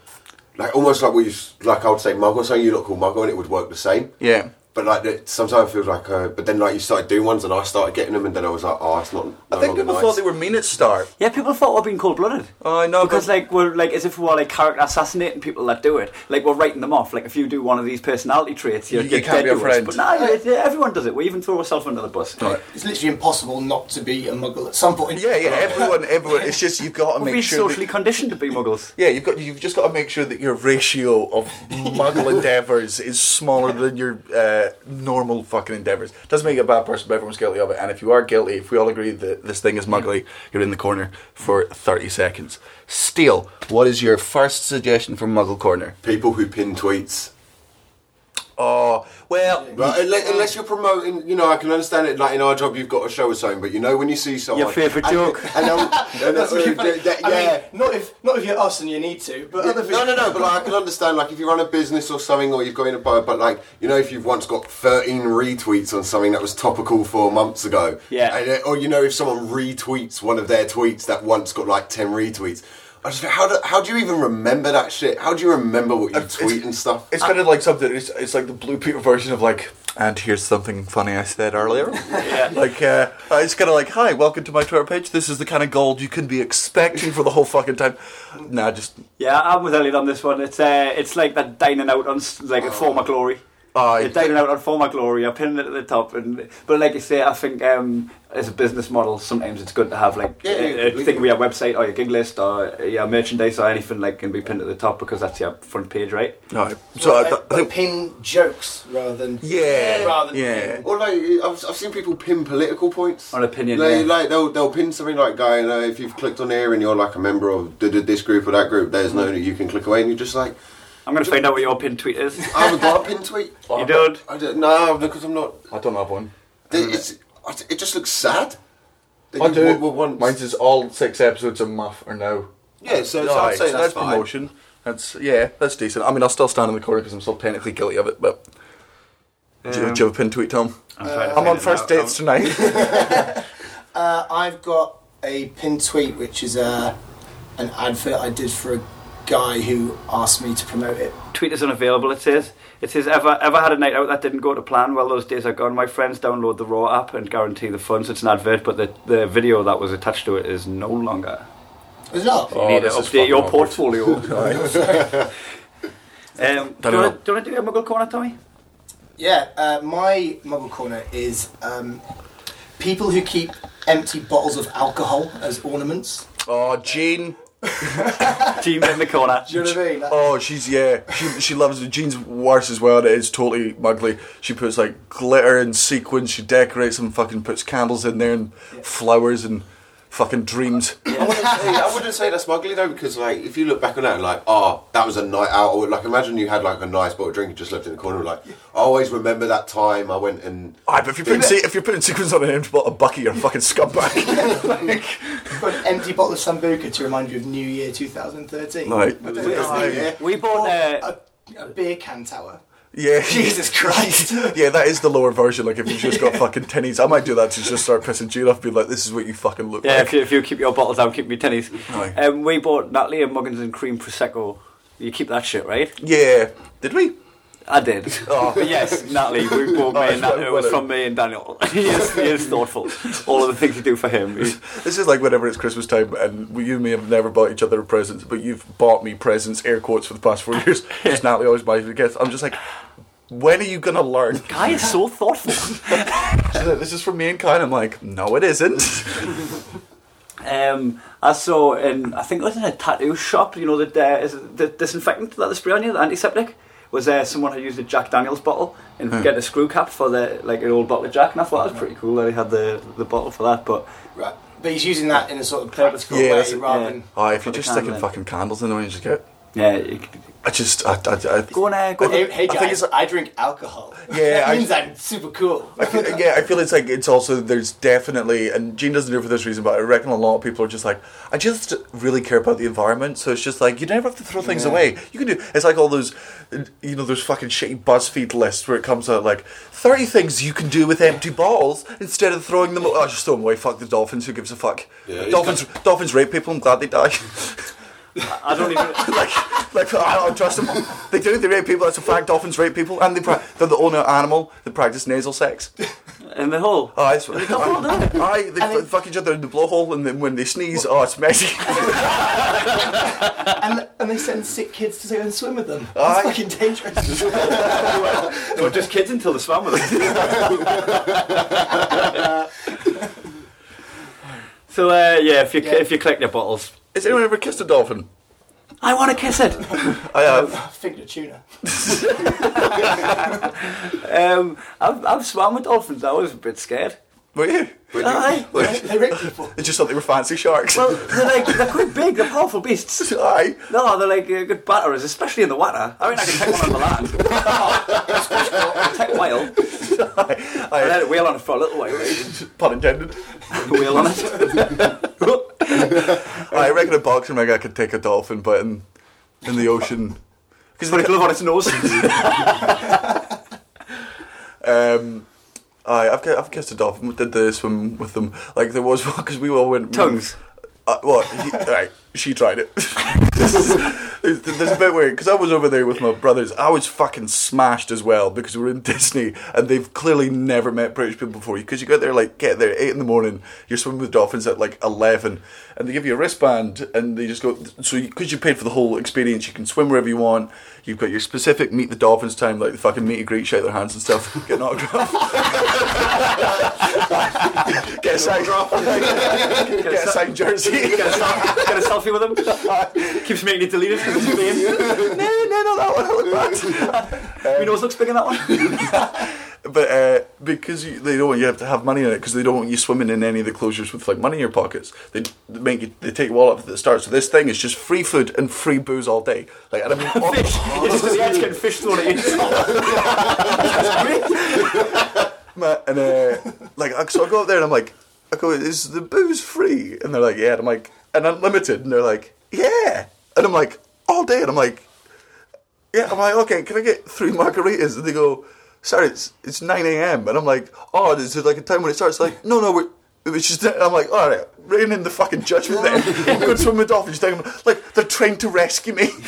Speaker 6: like almost like we, used, like I would say muggle, something you look called muggle, and it would work the same.
Speaker 4: yeah.
Speaker 6: But like it sometimes it feels like, uh, but then like you started doing ones, and I started getting them, and then I was like, oh, it's not. No
Speaker 4: I think people thought they were mean at start.
Speaker 3: Yeah, people thought we're being cold blooded.
Speaker 4: Oh, I know,
Speaker 3: Because,
Speaker 4: but-
Speaker 3: like, we're like as if we were like character assassinating people that do it. Like, we're writing them off. Like, if you do one of these personality traits, you're,
Speaker 4: You
Speaker 3: you're
Speaker 4: can't
Speaker 3: dead
Speaker 4: be a
Speaker 3: to
Speaker 4: friend.
Speaker 3: Us. But no, it- it- everyone does it. We even throw ourselves under the bus.
Speaker 5: it's literally impossible not to be a muggle at some point.
Speaker 4: Yeah, yeah. Everyone, everyone. It's just you've got to
Speaker 3: We've
Speaker 4: make
Speaker 3: been
Speaker 4: sure. that-
Speaker 3: socially conditioned to be muggles.
Speaker 4: Yeah, you've got you've just got to make sure that your ratio of muggle endeavors is smaller than your uh, normal fucking endeavors. Doesn't make you a bad person, but everyone's guilty of it. And if you are guilty, if we all agree that this thing is muggly, you're in the corner for thirty seconds. Steele, what is your first suggestion for Muggle Corner?
Speaker 6: people who pin tweets.
Speaker 4: Oh well,
Speaker 6: Right, unless, unless you're promoting, you know, I can understand it. Like in our job, you've got to show us something, but you know, when you see someone,
Speaker 3: Your favourite
Speaker 6: and-
Speaker 3: joke.
Speaker 6: and, I'll- and
Speaker 5: That's
Speaker 6: I'll-
Speaker 5: really funny.
Speaker 6: that- that-
Speaker 5: I mean,
Speaker 6: yeah.
Speaker 5: not if not if you're us and you need to, but other
Speaker 6: No,
Speaker 5: people.
Speaker 6: no, no. But like, I can understand, like, if you run a business or something, or you've got in a bio, but like, you know, if you've once got 13 retweets on something that was topical four months ago,
Speaker 3: Yeah.
Speaker 6: and, uh, or you know, if someone retweets one of their tweets that once got like 10 retweets, I just how do how do you even remember that shit? How do you remember what you tweet and stuff?
Speaker 4: it's kind of like something. It's, it's like the Blue Peter version of like. And here's something funny I said earlier. Like, uh, it's kind of like, hi, welcome to my Twitter page. This is the kind of gold you can be expecting for the whole fucking time. Nah, just
Speaker 3: Yeah, I'm with Elliot on this one. It's uh, it's like that dining out on s- like a
Speaker 6: Oh.
Speaker 3: former glory.
Speaker 4: Aye.
Speaker 3: You're dining out on former glory. You're pinning it at the top, and but like you say, I think um, as a business model, sometimes it's good to have like
Speaker 6: Yeah, yeah,
Speaker 3: a, a
Speaker 6: we-
Speaker 3: thing with your website or your gig list or your merchandise or anything like can be pinned at the top because that's your front page, right?
Speaker 4: No, so I, th- I
Speaker 5: But
Speaker 4: think
Speaker 5: pin jokes rather than
Speaker 4: yeah,
Speaker 5: rather than
Speaker 4: yeah.
Speaker 6: Uh, Or like I've, I've seen people pin political points
Speaker 3: On opinion,
Speaker 6: They,
Speaker 3: yeah.
Speaker 6: Like they'll they'll pin something like, "Guy, uh, if you've clicked on here and you're like a member of d- d- this group or that group, there's no you can click away." And you're just like,
Speaker 3: I'm gonna find out what your pinned tweet is.
Speaker 6: "I haven't got a pin tweet."
Speaker 3: you don't.
Speaker 6: I don't, no, because I'm not.
Speaker 4: I don't have one.
Speaker 6: It's, it's- it just looks sad. They
Speaker 4: Mm. I do.
Speaker 6: What, what once.
Speaker 4: Mine's is all six episodes of Muff are now.
Speaker 6: yeah, so, so
Speaker 4: Aye,
Speaker 6: I'd say
Speaker 4: so
Speaker 6: that's, fine.
Speaker 4: promotion. That's yeah, that's decent. I mean, I'll still stand in the corner because I'm still technically guilty of it. But do, you, do you
Speaker 6: Um,
Speaker 4: have a pin tweet, Tom?
Speaker 3: trying to
Speaker 4: I'm
Speaker 3: find
Speaker 4: on
Speaker 3: it
Speaker 4: first
Speaker 3: now.
Speaker 4: dates tonight.
Speaker 5: Uh, I've got a pinned tweet, which is uh, an advert I did for a guy who asked me to promote it.
Speaker 3: Tweet is unavailable. It says. It says ever ever had a night out that didn't go to plan. Well, those days are gone. My friends download the Raw app and guarantee the funds. It's an advert, but the the video that was attached to it is no longer.
Speaker 5: It's not.
Speaker 3: You need to
Speaker 4: Oh, this is
Speaker 3: update your
Speaker 4: fucking
Speaker 3: portfolio. um, do
Speaker 4: Don't
Speaker 3: you
Speaker 4: know.
Speaker 3: want to do a Muggle corner, Tommy?
Speaker 5: Yeah, uh, my muggle corner is um, people who keep empty bottles of alcohol as ornaments.
Speaker 4: oh, Jean.
Speaker 3: Team in the corner.
Speaker 5: Do you know what I mean? Like,
Speaker 4: Oh, she's yeah. She she loves it. Jean's worse as well. It is totally mugly. She puts like glitter and sequins. She decorates them. Fucking puts candles in there and flowers and fucking dreams.
Speaker 6: I wouldn't, say, I wouldn't say that's smugly though, because like if you look back on that, like oh, that was a night out. Or, like imagine you had like a nice bottle of drink and just left it in the corner. Like I always remember that time I went and
Speaker 4: Aye, Ah, but if you're putting se- if you're putting sequins on an empty bottle of Bucky, you're a fucking scumbag.
Speaker 5: Got an empty bottle of Sambuca to remind you of New Year 2013.
Speaker 4: Like,
Speaker 5: I don't know if it's New Year.
Speaker 3: We bought uh,
Speaker 5: a, a beer can tower.
Speaker 4: yeah,
Speaker 5: Jesus Christ.
Speaker 4: yeah, that is the lower version. Like if you've just got fucking tinnies, I might do that to just start pissing June off. Be like, this is what you fucking look
Speaker 3: yeah,
Speaker 4: like.
Speaker 3: if you, if you keep your bottles down, keep your tinnies.
Speaker 4: Aye.
Speaker 3: Um, we bought Natalie and Muggins and cream prosecco. You keep that shit, right?
Speaker 4: yeah, did we?
Speaker 3: I did.
Speaker 4: Oh.
Speaker 3: But yes, Natalie, we bought me and
Speaker 4: it's
Speaker 3: Natalie. It was
Speaker 4: well-
Speaker 3: from me and Daniel. he, is, he is thoughtful. All of the things you do for him. He-
Speaker 4: This is like whenever it's Christmas time, and we- you and me have never bought each other presents, but you've bought me presents, air quotes, for the past four years. Because Natalie always buys me gifts. I'm just like, when are you gonna learn?
Speaker 3: Guy is so thoughtful.
Speaker 4: She's like, this is from me and Kai. And I'm like, no, it isn't.
Speaker 3: Um, I saw in I think it was in a tattoo shop. You know the uh, is it the disinfectant that they spray on you, the antiseptic. Was there someone had used a Jack Daniels bottle and get a screw cap for the like an old bottle of Jack, and I thought that was pretty cool that he had the, the bottle for that. But
Speaker 5: Right. But he's using that in a sort of purposeful
Speaker 4: Yeah, that's
Speaker 5: way
Speaker 4: it,
Speaker 5: rather
Speaker 3: yeah.
Speaker 5: than.
Speaker 4: Oh, if
Speaker 3: For
Speaker 4: you're
Speaker 3: the
Speaker 4: just sticking
Speaker 3: candle.
Speaker 4: fucking candles in the way, you just get.
Speaker 3: yeah, you, c-
Speaker 4: I just, I, I, I
Speaker 3: go on, uh, go on.
Speaker 5: Hey, hey
Speaker 4: I think
Speaker 5: guys,
Speaker 4: it's-
Speaker 5: I drink alcohol.
Speaker 4: Yeah,
Speaker 5: that
Speaker 4: I-
Speaker 5: means I'm super cool.
Speaker 4: I feel, yeah, I feel it's like it's also there's definitely, and Gene doesn't do it for this reason, but I reckon a lot of people are just like, I just really care about the environment, so it's just like you never have to throw things away. You can do it's like all those, you know, those fucking shitty BuzzFeed lists where it comes out like thirty things you can do with empty bottles instead of throwing them. Oh, just throw them away. Fuck the dolphins. Who gives a fuck?
Speaker 6: Yeah, it's
Speaker 4: dolphins. Dolphins rape people. I'm glad they die.
Speaker 3: I don't even.
Speaker 4: like, like I don't trust them. They do. They rape people. That's a fact. Dolphins rape people, and they pra- they're the only animal that practice nasal sex.
Speaker 3: in the hole.
Speaker 4: Oh, it's, I, I, they f- fuck each other in the blowhole, and then when they sneeze, oh, it's messy.
Speaker 5: And, and they send sick kids to go and swim with them. It's
Speaker 4: Aye.
Speaker 5: fucking dangerous.
Speaker 3: They were just kids until they swam with us. so uh, yeah, if you
Speaker 5: Yeah.
Speaker 3: if you collect your bottles,
Speaker 4: Has anyone ever kissed a dolphin?
Speaker 3: I want to kiss it.
Speaker 4: I have.
Speaker 5: Figure tuna.
Speaker 3: Um, I've, I've swam with dolphins. I was a bit scared.
Speaker 4: Were you?
Speaker 3: Aye.
Speaker 5: They, they rape people.
Speaker 4: They just thought they were fancy sharks.
Speaker 3: Well, they're like they're quite big. They're powerful beasts.
Speaker 4: Aye.
Speaker 3: No, they're like uh, good batterers, especially in the water. I mean, I can take one on the land. I'll take a whale.
Speaker 4: Aye.
Speaker 3: I let
Speaker 4: Aye.
Speaker 3: it wheel on it for a little while. Right?
Speaker 4: Pun intended.
Speaker 3: Wheel on it.
Speaker 4: I reckon a boxing ring I could take a dolphin, but in, in the ocean. Because
Speaker 3: Put a glove on its nose.
Speaker 4: Um, I, I've, ki- I've kissed a dolphin. Did the swim with them. Like there was because we all went
Speaker 3: Tongues?
Speaker 4: Uh, well, he, right, she tried it. there's, there's a bit weird because I was over there with my brothers. I was fucking smashed as well because we were in Disney and they've clearly never met British people before. Because you go there like get there at eight in the morning, you're swimming with dolphins at like eleven, and they give you a wristband and they just go. So because you paid for the whole experience, you can swim wherever you want. You've got your specific meet the dolphins time, like the fucking meet and greet, shake their hands and stuff, get an autograph. get a signed, get a signed jersey.
Speaker 3: Get a, selfie, get a selfie with him. Keeps making you delete it because it's vain.
Speaker 4: no, no, no, that one. I look bad.
Speaker 3: My nose looks big in that one.
Speaker 4: But uh, because you, they don't want you have to have money in it because they don't want you swimming in any of the closures with like money in your pockets. They they make you they take you all up at the start. So this thing is just free food and free booze all day. Like and I mean, all-
Speaker 3: Fish. You're just at the edge getting fish thrown at you.
Speaker 4: Ma- and uh, like I- so I go up there and I'm like, I go, is the booze free? And they're like, yeah. And I'm like, and unlimited. And they're like, yeah. And I'm like, all day. And I'm like, yeah. I'm like, okay, can I get three margaritas? And they go, sorry, it's it's nine a.m. And I'm like, oh, is there like a time when it starts? Like, no, no, we're. It's just, I'm like, all right, rain in the fucking judgment then. I'm going to swim with dolphins. down. Like, they're trying to rescue me.
Speaker 3: you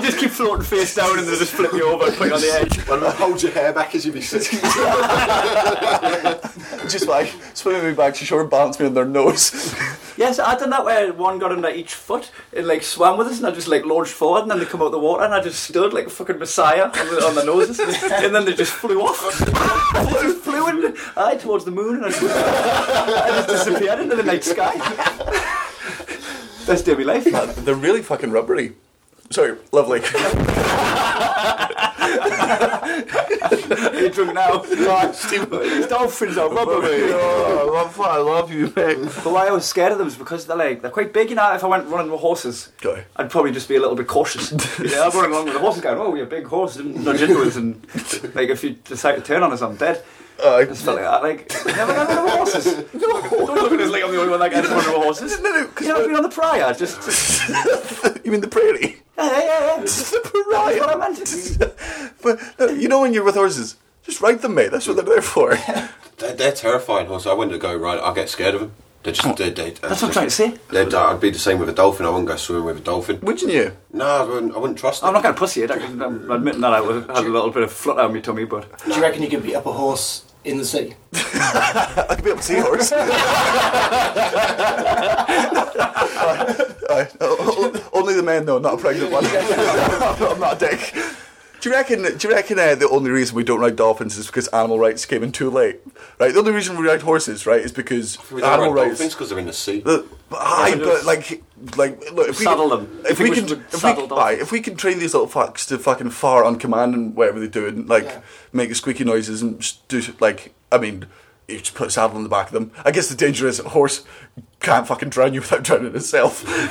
Speaker 3: just keep floating face down and they just flip you over and put you on the edge.
Speaker 6: and hold your hair back as you be sitting.
Speaker 4: just like, swimming me back to shore and balance me on their nose.
Speaker 3: Yes, I done that where one got under each foot and like swam with us, and I just like launched forward, and then they come out the water, and I just stood like a fucking messiah on the, on the noses, and then they just flew off. I just flew in, I towards the moon, and I just, I just disappeared into the night sky. That's daily life.
Speaker 4: Uh, they're really fucking rubbery. Sorry, lovely.
Speaker 7: You're drunk now. These dolphins are rubbery.
Speaker 4: Oh, I love, I love you, mate.
Speaker 3: But why I was scared of them is because they're like they're quite big, you know. If I went running with horses,
Speaker 4: Okay.
Speaker 3: I'd probably just be a little bit cautious. yeah, I'm running along with the horses, going, "Oh, you're a big horse," and nudge into us, and like if you decide to turn on us, I'm dead.
Speaker 4: Uh,
Speaker 3: I just felt like that. Like never run with horses. Don't look at us like I'm the only one that gets running with horses.
Speaker 4: No, no,
Speaker 3: You know, I've been on the prior. Just,
Speaker 4: you mean the prairie?
Speaker 3: yeah, yeah, yeah.
Speaker 4: It's the
Speaker 3: That's what I
Speaker 4: pariah.
Speaker 3: meant.
Speaker 4: but no, you know when you're with horses, just ride them, mate. That's what they're there for.
Speaker 6: They're, they're terrifying horses. I wouldn't go right. I get scared of them. They're just. They, they,
Speaker 3: Oh, That's what I'm trying to say.
Speaker 6: They'd, I'd be the same with a dolphin. I wouldn't go swimming with a dolphin.
Speaker 4: Wouldn't you?
Speaker 6: No, I wouldn't, I wouldn't trust
Speaker 3: I'm
Speaker 6: them.
Speaker 3: not going to pussy it. I can- I'm admitting that I was, had a little bit of flutter on my tummy, but
Speaker 5: Do you reckon you could beat up a horse in the sea?
Speaker 4: I could be up a seahorse. Uh, uh, only the men, though, not a pregnant one. I'm not a dick. Do you reckon? Do you reckon uh, the only reason we don't ride dolphins is because animal rights came in too late? Right. The only reason we ride horses, right, is because
Speaker 6: We don't
Speaker 4: animal
Speaker 6: ride
Speaker 4: rights.
Speaker 6: dolphins because they're in the sea.
Speaker 4: The, aye,
Speaker 3: but
Speaker 4: but like, like, look, if we
Speaker 3: Saddle
Speaker 4: can,
Speaker 3: them. I think
Speaker 4: If we
Speaker 3: we
Speaker 4: can,
Speaker 3: should
Speaker 4: if we,
Speaker 3: saddle
Speaker 4: aye,
Speaker 3: dolphins.
Speaker 4: if we can train these little fucks to fucking fart on command and whatever they do, and like
Speaker 5: Yeah.
Speaker 4: make squeaky noises and just do like, I mean, you just put a saddle on the back of them. I guess the danger is a horse can't fucking drown you without drowning itself. like,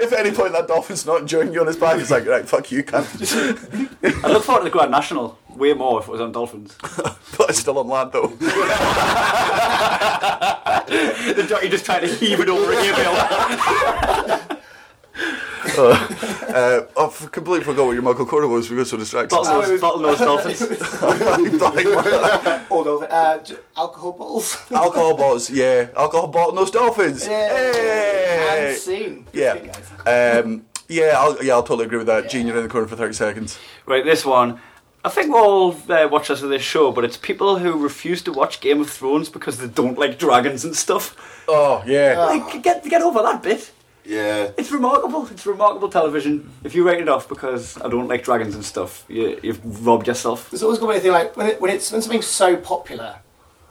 Speaker 4: if at any point that dolphin's not enjoying you on his back, it's like, right, fuck you, can't.
Speaker 3: I look forward to the Grand National way more if it was on dolphins.
Speaker 4: but it's still on land though.
Speaker 3: the jockey just trying to heave it over here, Bill.
Speaker 4: Uh, I f- completely forgot what your Michael Corner was. We got so distracted.
Speaker 3: Bottlenose, bottlenose dolphins.
Speaker 5: All over. Uh, j- alcohol bottles.
Speaker 4: alcohol bottles, yeah. Alcohol bottlenose dolphins.
Speaker 5: And
Speaker 4: Hey!
Speaker 5: scene. Good guys.
Speaker 4: Yeah. Um, yeah, I'll, yeah, I'll totally agree with that. Gene, you're in the corner for 30 seconds.
Speaker 3: Right, this one. I think we'll all uh, watch this of this show, but it's people who refuse to watch Game of Thrones because they don't like dragons and stuff.
Speaker 4: Oh, yeah.
Speaker 3: Like, get get over that bit.
Speaker 6: Yeah.
Speaker 3: It's remarkable. It's remarkable television. If you write it off because I don't like dragons and stuff, you, you've robbed yourself.
Speaker 5: There's always going to be a thing like when, it, when it's when something's so popular,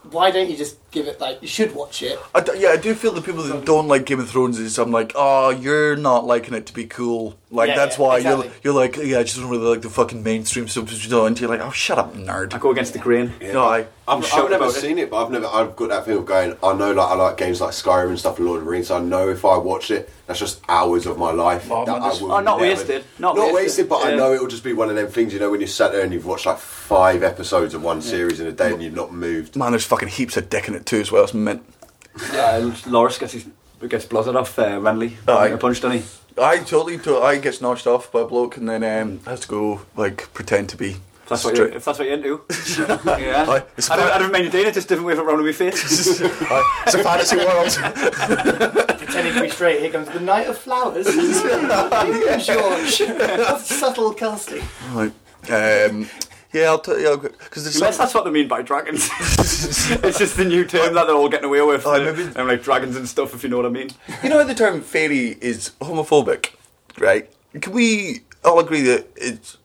Speaker 5: why don't you just give it like you should watch it?
Speaker 4: I do, yeah, I do feel the people that don't like Game of Thrones is I'm like, oh, you're not liking it to be cool. Like,
Speaker 5: Yeah,
Speaker 4: that's
Speaker 5: yeah,
Speaker 4: why
Speaker 5: exactly.
Speaker 4: you're, you're like, yeah, I just don't really like the fucking mainstream stuff. You know, and you're like, oh, shut up, nerd.
Speaker 3: I go against the grain.
Speaker 4: No, I.
Speaker 6: I'm,
Speaker 3: shocked
Speaker 6: I've never
Speaker 3: about it.
Speaker 6: seen it. but I've never. I've got that thing of going. I know, like I like games like Skyrim and stuff, and Lord of the Rings. So I know if I watch it, that's just hours of my life.
Speaker 4: Oh,
Speaker 6: that
Speaker 4: man,
Speaker 6: I
Speaker 4: this-
Speaker 6: will
Speaker 3: Oh, not
Speaker 6: never-
Speaker 3: wasted. Not
Speaker 6: wasted,
Speaker 3: wasted,
Speaker 6: but I
Speaker 3: yeah.
Speaker 6: know it'll just be one of them things. You know, when you sat there and you've watched like five episodes of one series in a day, and you've not moved.
Speaker 4: Man, there's fucking heaps of dick in it too, as well. It's mint.
Speaker 3: Uh, Loris gets his, gets blooded off uh, Renly.
Speaker 4: Aye.
Speaker 3: A punch, doesn't he?
Speaker 4: I totally, to- I gets noshed off by a bloke and then um, has to go like pretend to be.
Speaker 3: If that's, what
Speaker 4: straight-
Speaker 3: you're, if that's what you're into. yeah.
Speaker 4: Aye,
Speaker 3: I,
Speaker 4: it's
Speaker 3: don't,
Speaker 4: about-
Speaker 3: I don't mind your doing it, just different way of it round my face.
Speaker 4: Aye, it's a fantasy world.
Speaker 5: Pretending to be straight. Here comes the night of flowers. George, That's subtle casting.
Speaker 4: Like, um, yeah, I'll tell you because there's
Speaker 3: Unless
Speaker 4: some,
Speaker 3: that's what they mean by dragons. it's just the new term that they're all getting away with.
Speaker 4: Aye,
Speaker 3: uh,
Speaker 4: maybe-
Speaker 3: and like dragons and stuff, if you know what I mean.
Speaker 4: you know how the term fairy is homophobic, right? Can we all agree that it's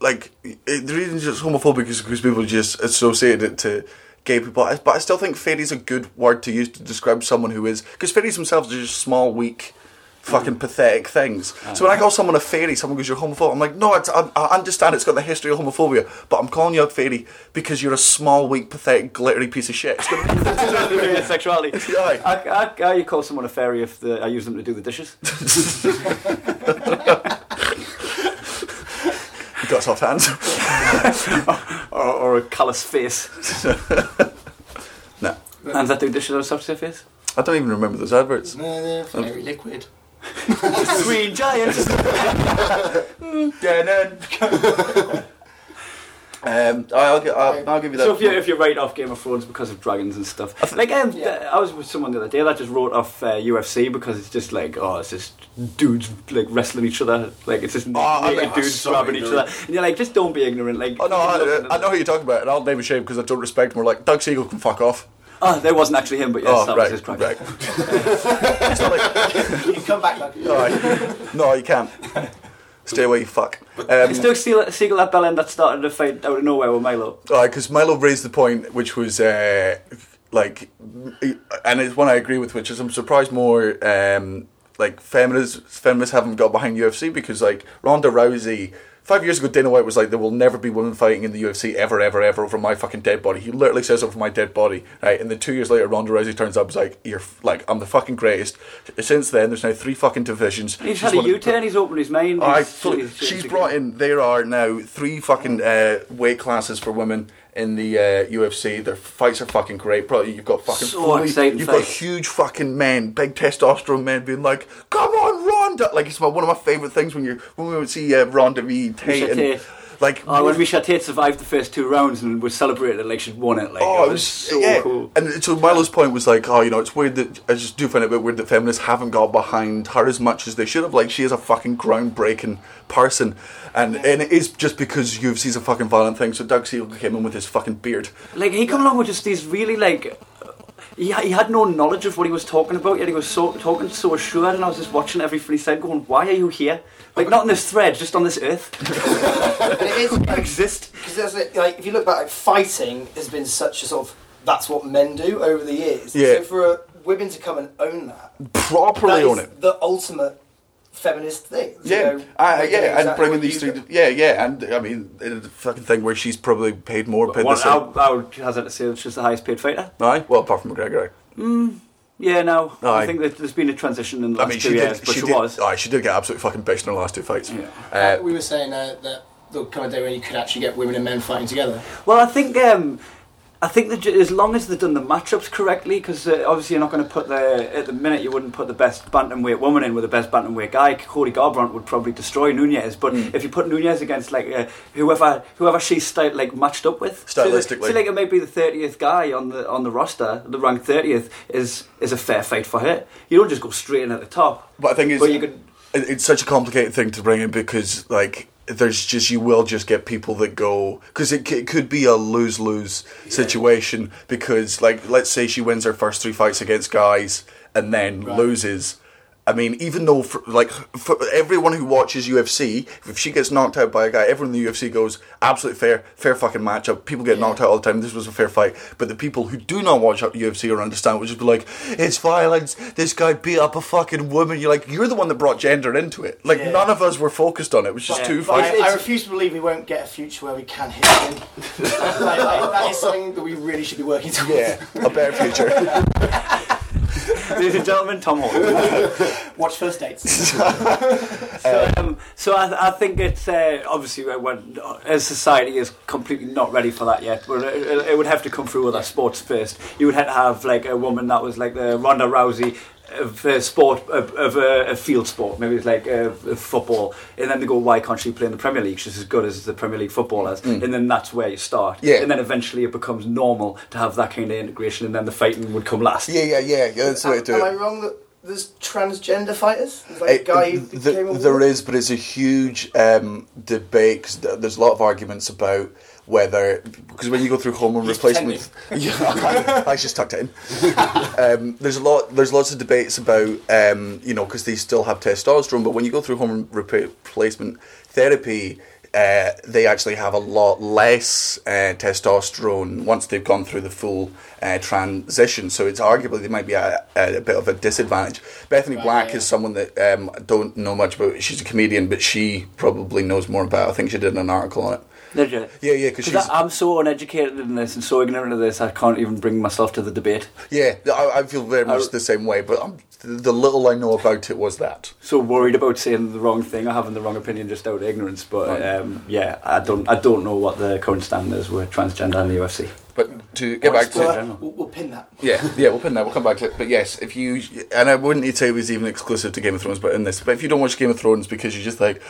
Speaker 4: like it, the reason it's homophobic is because people just associate it to gay people. I- But I still think fairy is a good word to use to describe someone who is because fairies themselves are just small, weak. Fucking pathetic things. So when I call someone a fairy, someone goes, "You're homophobic." I'm like, "No, it's, I, I understand. It's got the history of homophobia, but I'm calling you a fairy because you're a small, weak, pathetic, glittery piece of shit." It's got nothing to do with
Speaker 3: Yeah, sexuality.
Speaker 4: Aye.
Speaker 3: I, I, I call someone a fairy if the, I use them to do the dishes.
Speaker 4: got soft hands.
Speaker 3: or, or a callous face.
Speaker 4: no,
Speaker 3: Hands that do dishes on a soft surface.
Speaker 4: I don't even remember those adverts.
Speaker 5: Uh, Very liquid.
Speaker 3: Green giant.
Speaker 4: Um, I'll, gi- I'll, I'll give you that.
Speaker 3: So if you if you write off Game of Thrones because of dragons and stuff, like um,
Speaker 5: Yeah.
Speaker 3: I was with someone the other day that just wrote off uh, UFC because it's just like oh it's just dudes like wrestling each other like it's just
Speaker 4: Oh, I
Speaker 3: naked
Speaker 4: know.
Speaker 3: dudes
Speaker 6: So
Speaker 3: grabbing each
Speaker 6: ignorant.
Speaker 3: other and you're like just don't be ignorant like
Speaker 4: oh no, I, I know who you're talking about, and I'll name a shame because I don't respect more. Like Doug Siegel can fuck off.
Speaker 3: oh there wasn't actually him but yes
Speaker 4: oh
Speaker 3: that
Speaker 4: right,
Speaker 3: was his crack
Speaker 4: right. It's not like-
Speaker 5: You can come back like
Speaker 4: alright. No, you can't. Stay away, you fuck. Um,
Speaker 3: It's Doug Siegel, Siegel that bell end that started a fight out of nowhere with Milo
Speaker 4: because Milo raised the point, which was uh, like, and it's one I agree with, which is I'm surprised more um, like feminists feminists haven't got behind UFC because like Ronda Rousey Five years ago, Dana White was like, "There will never be women fighting in the UFC ever, ever, ever over my fucking dead body." He literally says over my dead body, right? And then two years later, Ronda Rousey turns up, and is like, "You're f- like, I'm the fucking greatest." Since then, there's now three fucking divisions.
Speaker 3: He's
Speaker 4: She's
Speaker 3: had a
Speaker 4: one of the-
Speaker 3: U turn, he's opened his mind.
Speaker 4: I
Speaker 3: he's-
Speaker 4: fully,
Speaker 3: he's-
Speaker 4: she's brought in. There are now three fucking uh, weight classes for women in the uh, UFC. Their fights are fucking great. Probably you've got fucking
Speaker 3: So exciting
Speaker 4: you've got
Speaker 3: fights.
Speaker 4: huge fucking men, big testosterone men, being like, "Come on, Ronda!" Like it's one of my favorite things when you when we would see uh, Ronda v Tate. And,
Speaker 3: Tate.
Speaker 4: like
Speaker 3: Oh, when Misha Tate survived the first two rounds and was celebrated like she'd won it. Like,
Speaker 4: Oh,
Speaker 3: it was so
Speaker 4: yeah.
Speaker 3: cool.
Speaker 4: And so Milo's point was like, oh, you know, it's weird that I just do find it a bit weird that feminists haven't got behind her as much as they should have. Like, she is a fucking groundbreaking person, and and it is just because UFC's a fucking violent thing. So Doug Seal came in with his fucking beard.
Speaker 3: Like he come along with just these really like uh, he, ha- he had no knowledge of what he was talking about yet he was so talking so assured and I was just watching everything he said going why are you here like not on this thread just on this earth
Speaker 5: But it is
Speaker 3: I exist
Speaker 5: because there's a, like if you look back, fighting has been such a sort of that's what men do over the years.
Speaker 4: Yeah.
Speaker 5: So for uh, women to come and own that,
Speaker 4: Properly
Speaker 5: that
Speaker 4: on
Speaker 5: is
Speaker 4: it.
Speaker 5: the ultimate feminist thing. You
Speaker 4: Yeah,
Speaker 5: know,
Speaker 4: uh,
Speaker 5: like,
Speaker 4: yeah,
Speaker 5: exactly
Speaker 4: and bringing
Speaker 5: what
Speaker 4: these
Speaker 5: you
Speaker 4: three.
Speaker 5: do.
Speaker 4: Yeah, yeah, and I mean, it's a fucking thing where she's probably paid more. Paid the
Speaker 3: what,
Speaker 4: same.
Speaker 3: I, I would hazard to say that she's the highest paid fighter
Speaker 4: Aye, well, apart from McGregor.
Speaker 3: yeah no
Speaker 4: Aye.
Speaker 3: I think that there's been a transition in the
Speaker 4: I
Speaker 3: last
Speaker 4: mean,
Speaker 3: two
Speaker 4: she
Speaker 3: years
Speaker 4: did.
Speaker 3: but
Speaker 4: She
Speaker 3: she,
Speaker 4: did.
Speaker 3: was
Speaker 4: Aye, she did get absolutely fucking bashed in her last two fights.
Speaker 3: Yeah.
Speaker 4: Uh,
Speaker 5: we were saying uh, that the kind of day where you could actually get women and men fighting together.
Speaker 3: well I think um I think that ju- as long as they've done the matchups correctly, because uh, obviously you're not going to put the at the minute you wouldn't put the best bantamweight woman in with the best bantamweight guy. Cody Garbrandt would probably destroy Nunez, but
Speaker 4: Hmm.
Speaker 3: if you put Nunez against like uh, whoever whoever she's sti- like matched up with,
Speaker 4: Stylistically.
Speaker 3: so, so like it may be the thirtieth guy on the on the roster, the ranked thirtieth is is a fair fight for her. You don't just go straight in at the top.
Speaker 4: But I think it's
Speaker 3: But you could-
Speaker 4: it- it's such a complicated thing to bring in because like there's just you will just get people that go because it, c- it could be a lose lose situation because like let's say she wins her first three fights against guys and then loses. I mean, even though for, like for everyone who watches UFC, if she gets knocked out by a guy, everyone in the UFC goes absolute fair, fair fucking matchup. People get knocked out all the time. This was a fair fight. But the people who do not watch UFC or understand would just be like, "It's violence. This guy beat up a fucking woman." You're like, "You're the one that brought gender into it." Like
Speaker 5: Yeah.
Speaker 4: none of us were focused on it. It was just
Speaker 3: Yeah.
Speaker 4: too
Speaker 5: But
Speaker 4: fucking.
Speaker 5: I, I refuse to believe we won't get a future where we can hit women. like, like, that is something that we really should be working towards.
Speaker 4: yeah, a better future.
Speaker 3: Ladies and gentlemen, Tom Holland.
Speaker 5: Watch first dates.
Speaker 3: Um, so I, I think it's uh, obviously when, when uh, as society is completely not ready for that yet. But it, it- it would have to come through other sports first. You would have to have like a woman that was like the Ronda Rousey of a sport of, of uh, a, a field sport. Maybe it's like uh, of football, and then they go, why can't she play in the Premier League? She's as good as the Premier League footballers, and then that's where you start.
Speaker 4: Mm. Yeah.
Speaker 3: and then eventually it becomes normal to have that kind of integration, and then the fighting would come last.
Speaker 4: yeah, yeah, yeah, yeah. That's the way to do
Speaker 5: Am
Speaker 4: it.
Speaker 5: I wrong that there's transgender fighters? There's like
Speaker 4: It-
Speaker 5: a guy who
Speaker 4: th-
Speaker 5: became a
Speaker 4: there
Speaker 5: woman?
Speaker 4: is, but it's a huge um, debate. 'cause th- there's a lot of arguments about whether because when you go through hormone replacement, yeah, I, I just tucked it in. um, there's a lot. There's lots of debates about um, you know because they still have testosterone, but when you go through hormone repa- replacement therapy. Uh, they actually have a lot less uh, testosterone once they've gone through the full uh, transition. So it's arguably they might be at a, a bit of a disadvantage. Bethany Black
Speaker 5: yeah.
Speaker 4: is someone that um, I don't know much about. She's a comedian, but she probably knows more about. it. I think she did an article on it.
Speaker 3: Did you?
Speaker 4: Yeah, yeah, 'cause she's-
Speaker 3: I- I'm so uneducated in this and so ignorant of this, I can't even bring myself to the debate.
Speaker 4: Yeah, I, I feel very much
Speaker 3: I-
Speaker 4: the same way. But i the little I know about it was that.
Speaker 3: So worried about saying the wrong thing or having the wrong opinion just out of ignorance. But um, yeah, I don't, I don't know what the current standard is with transgender in the UFC.
Speaker 4: But to get back
Speaker 5: Well,
Speaker 4: to
Speaker 3: general.
Speaker 5: we'll, we'll pin that.
Speaker 4: yeah, yeah, we'll pin that. We'll come back to it. But yes, if you and I wouldn't say it was even exclusive to Game of Thrones, but in this, but if you don't watch Game of Thrones because you're just like.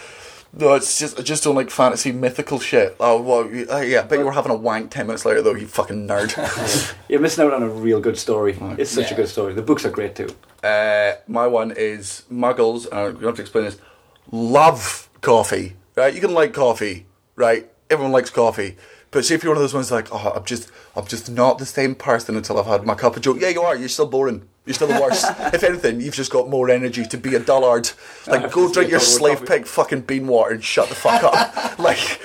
Speaker 4: No, it's just I just don't like fantasy mythical shit. Oh well, you- oh, yeah. I bet you were having a wank ten minutes later though. You fucking nerd.
Speaker 3: You're missing out on a real good story. It's such
Speaker 5: Yeah.
Speaker 3: a good story. The books are great too.
Speaker 4: Uh, my one is muggles. and I'm going to have to explain this. Love coffee, right? You can like coffee, right? Everyone likes coffee, but see if you're one of those ones like, oh, I'm just, I'm just not the same person until I've had my cup of joe. Yeah, you are. You're still boring. You're still the worst. if anything, you've just got more energy to be a dullard. Like, go drink
Speaker 3: dullard
Speaker 4: your
Speaker 3: with
Speaker 4: slave
Speaker 3: coffee.
Speaker 4: pig fucking bean water and shut the fuck up. like,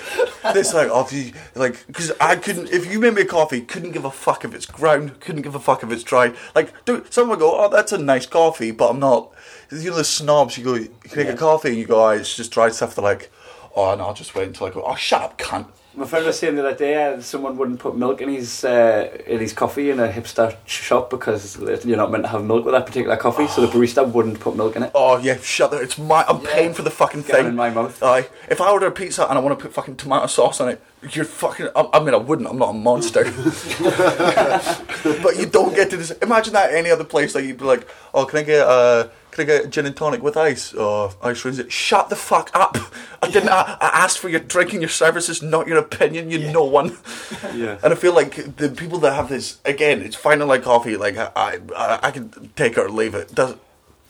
Speaker 4: this, like, oh, if you, like, because I couldn't, if you made me a coffee, couldn't give a fuck if it's ground, couldn't give a fuck if it's dry. Like, dude, someone would go, oh, that's a nice coffee, but I'm not, you know, the snobs, you go, you make a coffee and you go, oh, it's just dry stuff. They're like, oh, and I'll just wait until I go, oh, shut up, cunt.
Speaker 3: My friend was saying the other day uh, someone wouldn't put milk in his uh, in his coffee in a hipster shop because uh, you're not meant to have milk with that particular coffee, so the barista wouldn't put milk in it.
Speaker 4: Oh yeah, shut up. It's my. I'm paying for the fucking
Speaker 3: Get
Speaker 4: thing.
Speaker 3: it in my mouth.
Speaker 4: Aye. If I order a pizza and I want to put fucking tomato sauce on it, you're fucking. I, I mean, I wouldn't. I'm not a monster. but you don't get to this. Imagine that any other place. Like you'd be like, oh, can I get Uh, can I get gin and tonic with ice? Oh, ice ruins it. Shut the fuck up! I didn't. I, I asked for your drink and your services, not your opinion. You know one.
Speaker 3: Yeah.
Speaker 4: And I feel like the people that have this again, it's fine and like coffee. Like I, I, I, I can take it or leave it. Does,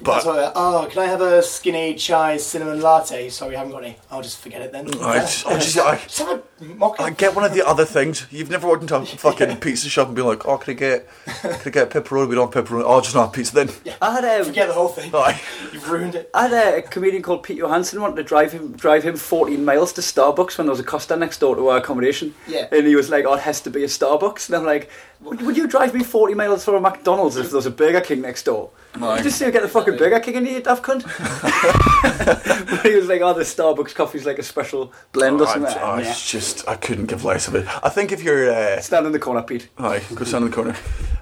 Speaker 4: but
Speaker 5: That's why they're, oh, can I have a skinny chai cinnamon latte? Sorry, I haven't got any. I'll just forget it then.
Speaker 4: I just- I just- I-
Speaker 5: Just have a mocha.
Speaker 4: I get one of the other things. You've never walked into a fucking pizza shop and been like, "Oh, can I get, can I get pepperoni? We don't have pepperoni. Oh, just not pizza then."
Speaker 3: I had um,
Speaker 5: Forget the whole thing.
Speaker 4: Aye.
Speaker 5: You've ruined it.
Speaker 3: I had a comedian called Pete Johansson wanted to drive him drive him 14 miles to Starbucks when there was a Costa next door to our accommodation.
Speaker 5: Yeah.
Speaker 3: And he was like, "Oh, it has to be a Starbucks." And I'm like, "Would, would you drive me 40 miles for a McDonald's if there was a Burger King next door?"
Speaker 4: Aye.
Speaker 3: Just so you get the fucking Burger King in you, you daft cunt. but he was like, "Oh, the Starbucks coffee's like a special blend or
Speaker 4: I,
Speaker 3: something."
Speaker 4: Oh, I
Speaker 3: Yeah.
Speaker 4: was just, I couldn't give less of it. I think if you're, uh,
Speaker 3: Stand in the corner, Pete.
Speaker 4: aye, go stand in the corner.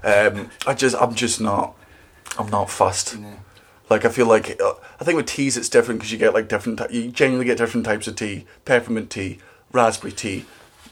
Speaker 4: Um, I just, I'm just not, I'm not fussed. Like I feel like, uh, I think with teas it's different because you get like different, ty- you genuinely get different types of tea: peppermint tea, raspberry tea,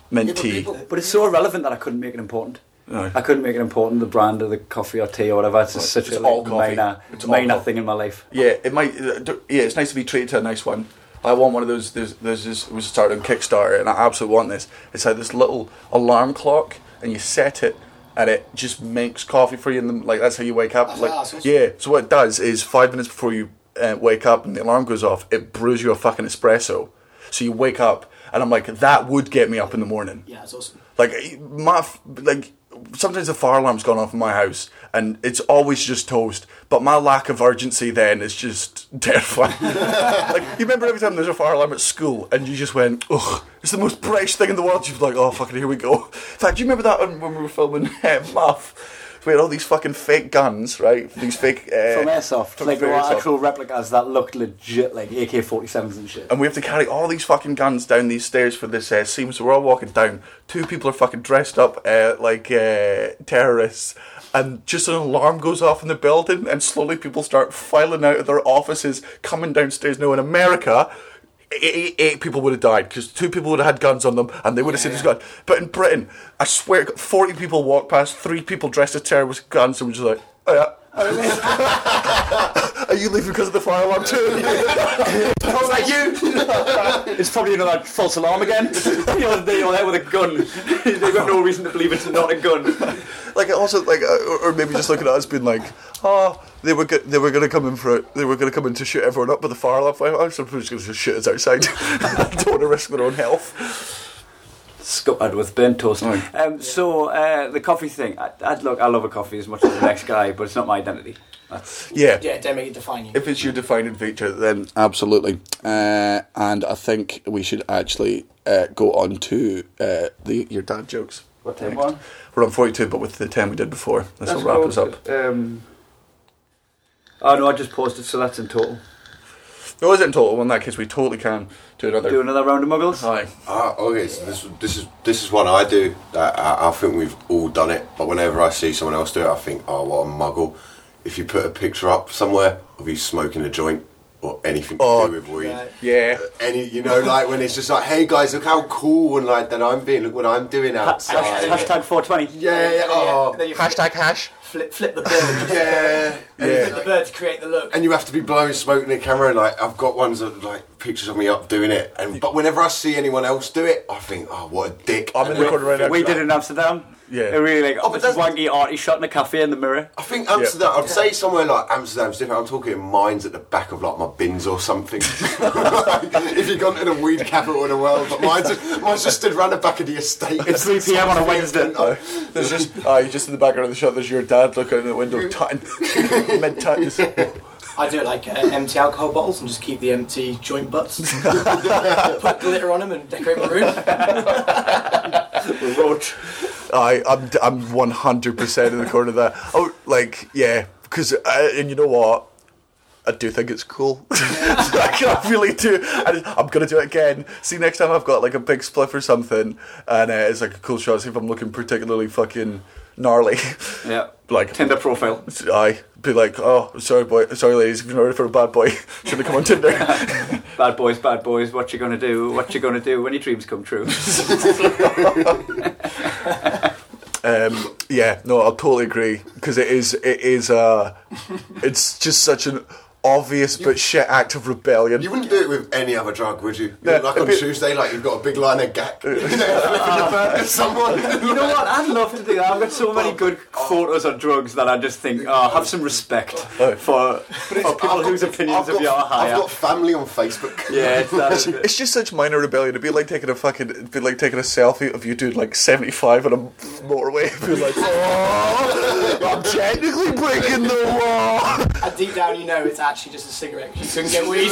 Speaker 4: mint
Speaker 5: Yeah, but
Speaker 4: tea.
Speaker 5: people-
Speaker 3: But it's so irrelevant that I couldn't make it important.
Speaker 4: Aye.
Speaker 3: I couldn't make it important the brand of the coffee or tea or whatever. It's just such
Speaker 4: It's
Speaker 3: a
Speaker 4: all
Speaker 3: like,
Speaker 4: coffee.
Speaker 3: minor,
Speaker 4: It's all
Speaker 3: minor
Speaker 4: coffee.
Speaker 3: thing in my life.
Speaker 4: Yeah, it might. uh, d- Yeah, it's nice to be treated to a nice one. I want one of those. There's, there's this was started on Kickstarter, and I absolutely want this. It's like this little alarm clock, and you set it, and it just makes coffee for you. And then, like that's how you wake up.
Speaker 5: That's
Speaker 4: like
Speaker 5: awesome.
Speaker 4: yeah. So what it does is five minutes before you uh, wake up and the alarm goes off, it brews you a fucking espresso. So you wake up, and I'm like, that would get me up in the morning.
Speaker 5: Yeah, it's awesome.
Speaker 4: Like my f- like sometimes the fire alarm's gone off in my house and it's always just toast. But my lack of urgency then is just terrifying. like you remember every time there's a fire alarm at school and you just went, ugh, it's the most precious thing in the world. You're like, oh fucking here we go. In fact, do you remember that when, when we were filming uh, Muff? We had all these fucking fake guns, right? These fake uh,
Speaker 3: from airsoft.
Speaker 4: from
Speaker 3: like there were
Speaker 4: airsoft.
Speaker 3: actual replicas that looked legit, like AK 47s and shit.
Speaker 4: and we have to carry all these fucking guns down these stairs for this uh, scene. So we're all walking down. Two people are fucking dressed up uh, like uh, terrorists, and just an alarm goes off in the building, and slowly people start filing out of their offices, coming downstairs. Now in America. Eight, eight people would have died because two people would have had guns on them and they would have seen this gun. But in Britain, I swear, to God, 40 people walked past, three people dressed as terrorists with guns, and we're just like, oh yeah. Are you leaving because of the fire alarm too?
Speaker 3: was like, you! it's probably another false alarm again. the other day, you're there with a gun. They've got no reason to believe it's not a gun.
Speaker 4: like also like uh, or- or maybe just looking at us being like oh they were go- they were gonna come in for it they were gonna come in to shoot everyone up but the fire off I'm just gonna just shoot us outside don't want to risk their own health
Speaker 3: Scuppered with burnt toast. Um, So, uh, the coffee thing. I, I, look, I love a coffee as much as the next guy, but it's not my identity. That's
Speaker 4: yeah
Speaker 5: Yeah, don't make it define you.
Speaker 4: if it's your defining feature then absolutely uh, and I think we should actually uh, go on to uh, the your dad jokes
Speaker 3: what time one?
Speaker 4: we're on 42 but with the 10 we did before this will wrap us up
Speaker 3: Um, oh no, I just paused it, so that's in total.
Speaker 4: no isn't total in that case we totally can do another
Speaker 3: Do another round of muggles?
Speaker 4: Aye.
Speaker 6: Ah, okay. So this this is this is one I do. that I, I think we've all done it, but whenever I see someone else do it, I think, oh, what a muggle! If you put a picture up somewhere of you smoking a joint or anything
Speaker 4: Oh,
Speaker 6: to do with weed,
Speaker 5: right.
Speaker 4: yeah
Speaker 6: any you know, like when it's just like, hey guys, look how cool and like that I'm being. Look what I'm doing outside.
Speaker 3: Hashtag, hashtag 420.
Speaker 6: yeah, yeah, oh,
Speaker 5: And then you
Speaker 4: hashtag hash
Speaker 5: flip, flip the bird.
Speaker 6: yeah.
Speaker 5: Flip the bird to create the look.
Speaker 6: and you have to be blowing smoke in the camera. And like I've got ones that like pictures of me up doing it, and but whenever I see anyone else do it, I think, oh, what a dick.
Speaker 4: I'm in the corner right now
Speaker 3: We did it in Amsterdam.
Speaker 4: Yeah.
Speaker 3: It really like
Speaker 6: Oh,
Speaker 3: oh,
Speaker 6: but
Speaker 3: this
Speaker 6: that's-
Speaker 3: wanky arty shot in a cafe in the mirror.
Speaker 6: I think Amsterdam. I'd say somewhere like Amsterdam's different. I'm talking mines at the back of like my bins or something. if you've gone to the weed capital of the world, but mine's just, mine's just stood round the back of the estate.
Speaker 3: It's 3 p.m. on a Wednesday.
Speaker 6: Oh,
Speaker 4: There's just uh, just in the background of the shot. There's your dad looking out the window, tutting mid tuttons.
Speaker 5: I do it like uh, empty alcohol bottles and just keep the empty joint butts. Put glitter on them and decorate my room.
Speaker 3: Roach.
Speaker 4: I I'm I'm uh, 100 percent in the corner of that. Oh, like yeah, because and you know what? I do think it's cool. I really do. I, I'm gonna do it again. See next time I've got like a big spliff or something, and uh, it's like a cool shot. See if I'm looking particularly fucking gnarly.
Speaker 3: Yeah.
Speaker 4: like
Speaker 7: Tinder profile.
Speaker 4: I be like, oh, sorry, boy, sorry, ladies, if you're not ready for a bad boy, shouldn't have come on Tinder.
Speaker 3: Bad boys, bad boys, what you gonna do? What you gonna do when your dreams come true?
Speaker 4: Um, yeah, no, I totally agree because it is it is uh, it's just such an obvious but shit act of rebellion.
Speaker 6: You wouldn't do it with any other drug, would you? You
Speaker 4: No,
Speaker 6: wouldn't, like
Speaker 4: it'd
Speaker 6: on
Speaker 4: be-
Speaker 6: Tuesday, like you've got a big line of gack. You know, flipping the bird at someone.
Speaker 3: You know what? I'd love to do that. I've got so many good photos on drugs that I just think, oh, have some respect for, for people
Speaker 6: I've
Speaker 3: whose
Speaker 6: got-
Speaker 3: opinions
Speaker 6: I've
Speaker 3: of you
Speaker 6: got-
Speaker 3: are higher.
Speaker 6: I've got family on Facebook.
Speaker 3: yeah, it's that.
Speaker 4: It's just such minor rebellion. It'd be like taking a fucking, it'd be like taking a selfie of you doing like seventy five on a motorway. It'd be like, oh, I'm technically breaking the law.
Speaker 5: And deep down, you know it's actually just a cigarette. 'cause You couldn't get weed.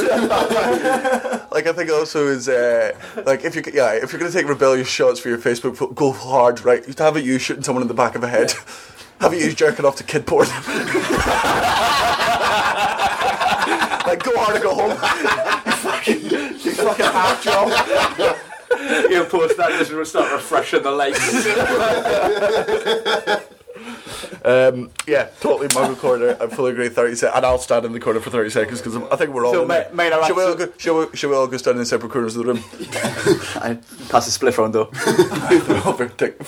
Speaker 4: Like I think also is uh, like if you yeah if you're gonna take rebellious shots for your Facebook, fo- go hard right. You have it you shooting someone in the back of the head. Have it you jerking off to kid porn. like go hard or go home. you fucking, you fucking half job.
Speaker 3: You'll post that just to start refreshing the legs.
Speaker 4: Um, yeah, totally muggle corner. I fully agree. Thirty seconds, and I'll stand in the corner for thirty seconds because I think we're all.
Speaker 3: So,
Speaker 4: in
Speaker 3: ma-
Speaker 4: there.
Speaker 3: main
Speaker 4: shall, we all
Speaker 3: action.
Speaker 4: go, shall, we, shall we all go stand in separate corners of the room?
Speaker 3: I pass a spliff round though.
Speaker 4: Over, take-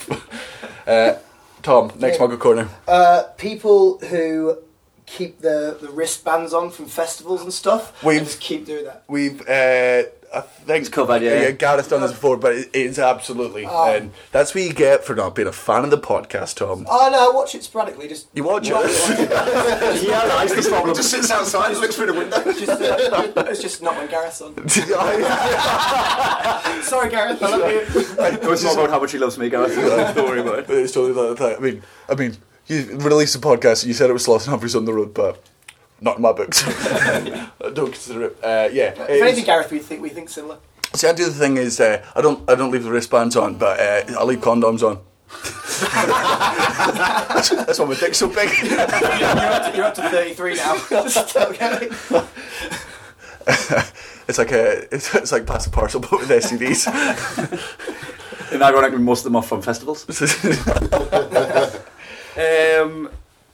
Speaker 4: uh, Tom, next muggle corner.
Speaker 5: uh, people who keep the, the wristbands on from festivals and stuff.
Speaker 4: We've-
Speaker 5: and just keep doing that.
Speaker 4: We've, uh, I think it's
Speaker 3: covered, yeah.
Speaker 4: yeah. Gareth's done this before, but it, it's absolutely, and that's what you get for not being a fan of the podcast, Tom.
Speaker 5: Oh no, I watch it sporadically. Just
Speaker 4: You watch
Speaker 5: Well,
Speaker 4: it.
Speaker 3: yeah, that's the problem.
Speaker 6: Just sits outside and looks through the window.
Speaker 5: it's just, uh, it's just not when Gareth's on. Sorry, Gareth. I love you.
Speaker 3: It was more about how much he loves me, Gareth. Don't worry about it.
Speaker 4: But it's totally like that. I mean, I mean, you released a podcast. You said it was Sloth and Humphreys on the road, but not in my books. Don't consider it. Uh, yeah. it
Speaker 5: If
Speaker 4: is-
Speaker 5: anything, Gareth, we think we think similar.
Speaker 4: See, I do the thing is, uh, I don't, I don't leave the wristbands on, but uh, I leave condoms on. that's, that's why my dick's so big.
Speaker 5: You're up to, you're up to 33 now. Just, okay.
Speaker 4: it's like a, it's, it's like pass a parcel, but with STDs.
Speaker 3: And ironically, most of them are from festivals. Um,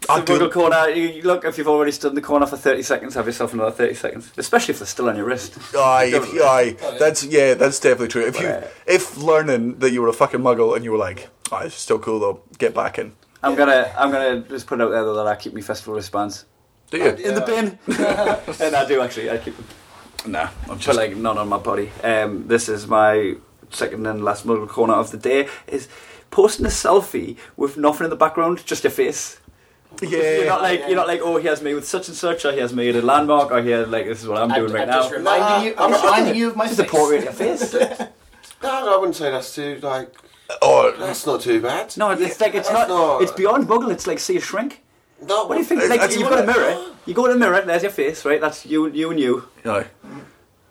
Speaker 4: I
Speaker 3: so
Speaker 4: do-
Speaker 3: Google corner. You, you look, if you've already stood in the corner for 30 seconds, have yourself another 30 seconds. Especially if they're still on your wrist.
Speaker 4: aye, if, you- aye, that's yeah, that's definitely true. If you, if learning that you were a fucking muggle and you were like, oh, it's still cool though, get back in.
Speaker 3: I'm gonna, I'm gonna just put it out there though that I keep my festival wristbands
Speaker 4: Do you?
Speaker 3: in the bin, and I do actually. I keep them,
Speaker 4: Nah, I'm just
Speaker 3: but like not on my body. Um, this is my second and last muggle corner of the day. Is posting a selfie with nothing in the background, just your face. You're not like you're not like oh here's me with such and such or here's me at a landmark or here like this is what I'm doing right
Speaker 5: I'm
Speaker 3: now.
Speaker 5: just reminding
Speaker 4: Uh,
Speaker 5: you. I'm
Speaker 6: Nah, I'm-
Speaker 5: reminding you of my
Speaker 3: This is a
Speaker 5: face.
Speaker 3: portrait of your face.
Speaker 6: No, I wouldn't say that's too like.
Speaker 4: Oh,
Speaker 6: That's not too bad.
Speaker 3: No, it's like it's not,
Speaker 6: That's not-
Speaker 3: It's beyond muggle. It's like see a shrink.
Speaker 6: No,
Speaker 3: What do you think? Like
Speaker 4: That's
Speaker 3: you've got a mirror. You go in a mirror. There's your face, right? That's you, you and you.
Speaker 4: no.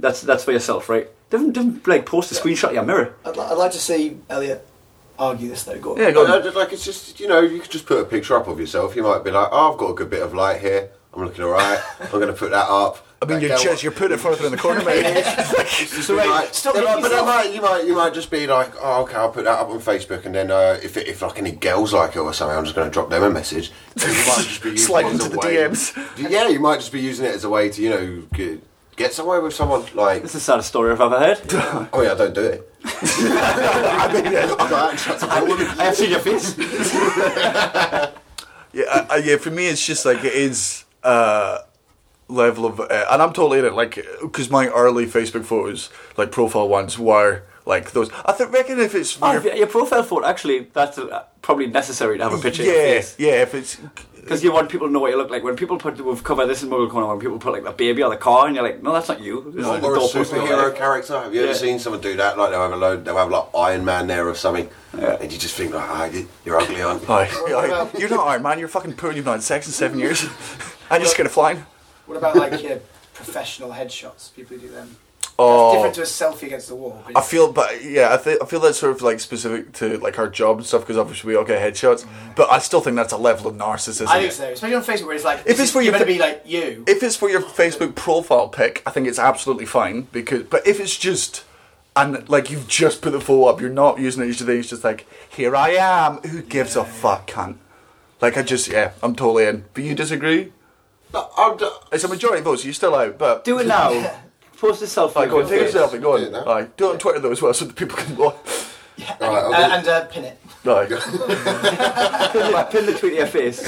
Speaker 3: That's that's for yourself, right? Don't, don't like post a screenshot of your mirror.
Speaker 5: I'd, li- I'd like to see Elliot argue this though. Go on.
Speaker 4: Yeah, go
Speaker 6: No,
Speaker 4: on.
Speaker 6: no, just like it's just you know you could just put a picture up of yourself. You might be like, oh, I've got a good bit of light here. I'm looking alright. I'm going to put that up.
Speaker 4: I mean,
Speaker 6: That
Speaker 4: your
Speaker 6: girl-
Speaker 4: chest, you're putting it further in the corner, mate.
Speaker 6: So
Speaker 5: wait,
Speaker 6: like,
Speaker 5: stop
Speaker 6: then,
Speaker 5: making
Speaker 6: like, but
Speaker 5: yourself-
Speaker 6: then, like, you might you might just be like, oh, okay, I'll put that up on Facebook, and then uh, if if like any girls like it or something, I'm just going to drop them a message. And you might just be using
Speaker 4: Slide
Speaker 6: it as
Speaker 4: into
Speaker 6: a
Speaker 4: the
Speaker 6: way-
Speaker 4: DMs.
Speaker 6: Yeah, you might just be using it as a way to you know get, get somewhere with someone. Like,
Speaker 3: This is the saddest story I've ever heard.
Speaker 6: oh yeah, don't do it. I'm not actually- I'm a woman.
Speaker 3: I have seen your face.
Speaker 4: yeah, I, I, yeah. For me, it's just like it is uh, level of, uh, and I'm totally in it. Like, because my early Facebook photos, like profile ones, were like those. I th- reckon if it's
Speaker 3: Oh, your, your profile photo actually. That's uh, probably necessary to have a picture. of your
Speaker 4: yeah,
Speaker 3: face.
Speaker 4: yeah. If it's
Speaker 3: Because you want people to know what you look like. When people put, we've covered this in Muggle Corner, when people put like the baby or the car, and you're like, no, that's not you. This is the
Speaker 6: or a
Speaker 3: doorpost of your
Speaker 6: superhero
Speaker 3: life.
Speaker 6: character. Have you
Speaker 3: Yeah.
Speaker 6: ever seen someone do that? Like they'll have a load, they'll have like Iron Man there or something, and you just think like, ah, you- you're ugly, aren't you?
Speaker 4: Aye, aye. you're not Iron Man, you're fucking poor and you've not had sex in seven years. and you're scared of flying.
Speaker 5: What about like your professional headshots? People who do them.
Speaker 4: Oh.
Speaker 5: That's different to a selfie against the wall. but
Speaker 4: I feel, but yeah, I, th- I feel that's sort of like specific to like our job and stuff because obviously we all get headshots. But I still think that's a level of narcissism.
Speaker 5: I think so, especially on Facebook where it's like,
Speaker 4: If it's for
Speaker 5: you're
Speaker 4: your
Speaker 5: going to
Speaker 4: fa-
Speaker 5: be like you.
Speaker 4: If it's for your Facebook profile pic, I think it's absolutely fine because. But if it's just and like you've just put the photo up, you're not using it each day. It's just like here I am. Who gives a fuck, cunt? Like I just yeah, I'm totally in. But you disagree?
Speaker 6: No, I'm d-
Speaker 4: It's a majority vote, so you're still out. But
Speaker 3: Do it now. Post a selfie.
Speaker 4: Like, go on, take a selfie. Go
Speaker 6: Do it
Speaker 4: on.
Speaker 6: now.
Speaker 4: Aye. do it on Twitter though as well, so that people can watch.
Speaker 6: all right, I'll do-
Speaker 5: Uh, and uh, pin it.
Speaker 4: Aye.
Speaker 3: Pin the- pin the tweet to your face.
Speaker 4: in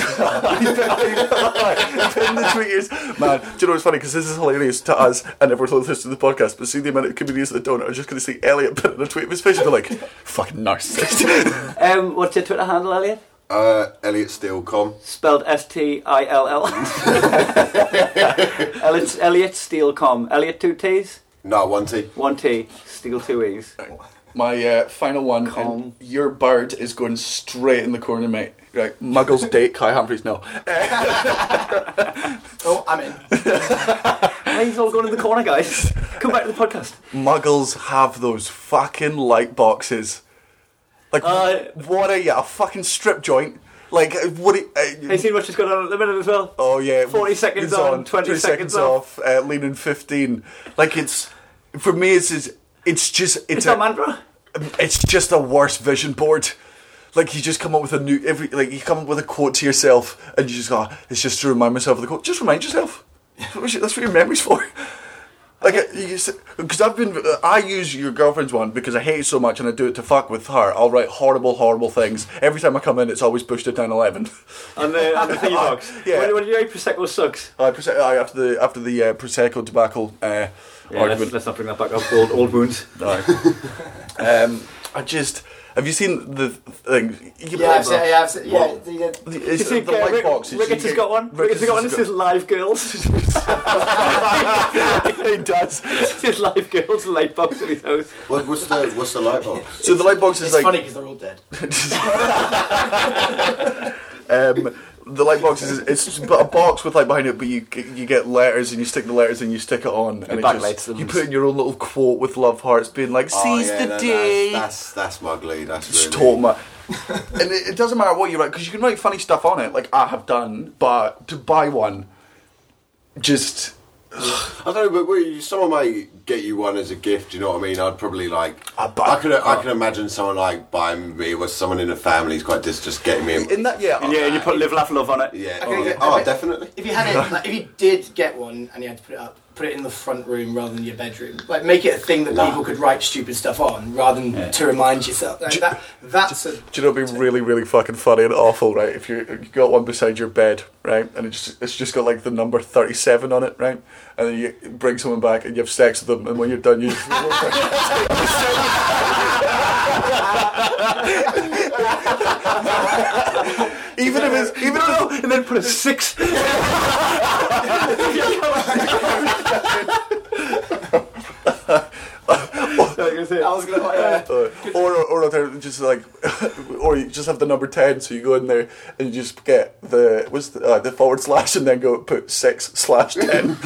Speaker 4: the tweet is man. Do you know what's funny? Because this is hilarious to us and everyone who listens to the podcast. But see the amount of comedians that don't are just going to see Elliot put in a tweet of his face and be like, "Fucking narcissist."
Speaker 3: Um, what's your Twitter handle, Elliot?
Speaker 6: uh, Elliot Steele com.
Speaker 3: Spelled S T I L L. Elliot, Elliot Steele com. Elliot two T's,
Speaker 6: No, one T.
Speaker 3: one T, Steele two E's.
Speaker 4: My uh, final one. and
Speaker 3: Calm.
Speaker 4: your bird is going straight in the corner, mate. Right, Muggles date Kai Humphries. No,
Speaker 5: Oh, I'm in.
Speaker 3: Hey, He's all going in the corner, guys. Come back to the podcast.
Speaker 4: Muggles have those fucking light boxes. Like,
Speaker 3: Uh,
Speaker 4: what are you? A fucking strip joint? Like, uh, what? Are,
Speaker 3: Have you seen what's just going on at the minute as well?
Speaker 4: Oh yeah,
Speaker 3: 40 seconds
Speaker 4: it's
Speaker 3: on, 20 seconds
Speaker 4: off, uh, leaning fifteen. Like it's for me, it's it's, it's just
Speaker 3: It's
Speaker 4: it's
Speaker 3: a mantra.
Speaker 4: it's just a worse vision board. Like you just come up with a new every like you come up with a quote to yourself, and you just go, "Ah, it's just to remind myself of the quote. Just remind yourself. That's what you- that's what your memory's for. Like because I've been, I use your girlfriend's one because I hate it so much, and I do it to fuck with her. I'll write horrible, horrible things every time I come in. It's always pushed it down eleven.
Speaker 3: On the, on the thingy box.
Speaker 4: Yeah.
Speaker 3: When, when you know Prosecco sucks.
Speaker 4: Uh, Prose- uh, after the after the uh, prosecco tobacco uh,
Speaker 3: Yeah, let's,
Speaker 4: argument,
Speaker 3: let's not bring that back up. Old, old wounds.
Speaker 4: Aye. um, I just have you seen the thing? You
Speaker 5: Yeah, I've said, yeah, I've said, yeah.
Speaker 4: Well,
Speaker 5: the- the-
Speaker 4: the- it's
Speaker 3: You think,
Speaker 4: the
Speaker 3: uh,
Speaker 4: white
Speaker 3: Rick-
Speaker 4: box. it's-
Speaker 3: Ricketts
Speaker 4: you
Speaker 3: has
Speaker 4: get-
Speaker 3: got one. Ricketts has got one. It
Speaker 4: has
Speaker 3: says live girls.
Speaker 4: got- He does.
Speaker 3: It's his live girls light box in his house.
Speaker 6: What, what's the what's the light box?
Speaker 4: So the light box is
Speaker 5: It's
Speaker 4: like
Speaker 5: funny because they're all dead.
Speaker 4: um, the light box is it's but a box with light behind it, but you g- you get letters and you stick the letters and you stick it on and it
Speaker 3: backlights
Speaker 4: just-
Speaker 3: them.
Speaker 4: You put in your own little quote with love hearts, being like,
Speaker 6: Oh,
Speaker 4: "Seize
Speaker 6: yeah,
Speaker 4: the
Speaker 6: no,
Speaker 4: day."
Speaker 6: That's, that's that's mugly. That's
Speaker 4: It's
Speaker 6: really.
Speaker 4: trauma. and it, it doesn't matter what you write because you can write funny stuff on it, like I have done, but to buy one, just
Speaker 6: I don't know, but we- someone might get you one as a gift. You know what I mean? I'd probably like.
Speaker 4: I
Speaker 6: I,
Speaker 4: buy-
Speaker 6: could. I can imagine someone like buying me or someone in the family who's quite just just getting me.
Speaker 4: in that yeah,
Speaker 3: Yeah, you put live, laugh, love on it.
Speaker 6: yeah.
Speaker 5: I
Speaker 6: Oh,
Speaker 5: could
Speaker 6: yeah.
Speaker 5: get-
Speaker 6: oh, definitely.
Speaker 5: If you had it, like, if you did get one and you had to put it up, put it in the front room rather than your bedroom. Like, make it a thing that people could write stupid stuff on rather than to remind yourself. Like, that, that's a.
Speaker 4: Do you know it'd be really, really fucking funny and awful, right? If you you got one beside your bed, right, and it's just, it's just got like the number thirty seven on it, right, and then you bring someone back and you have sex with them, and when you're done, you just even if it's even if it's, and then put a six.
Speaker 5: I was gonna. Uh,
Speaker 4: Uh, or or alternatively, just like, or you just have the number ten, so you go in there and you just get the what's the, uh, the forward slash, and then go put six slash ten.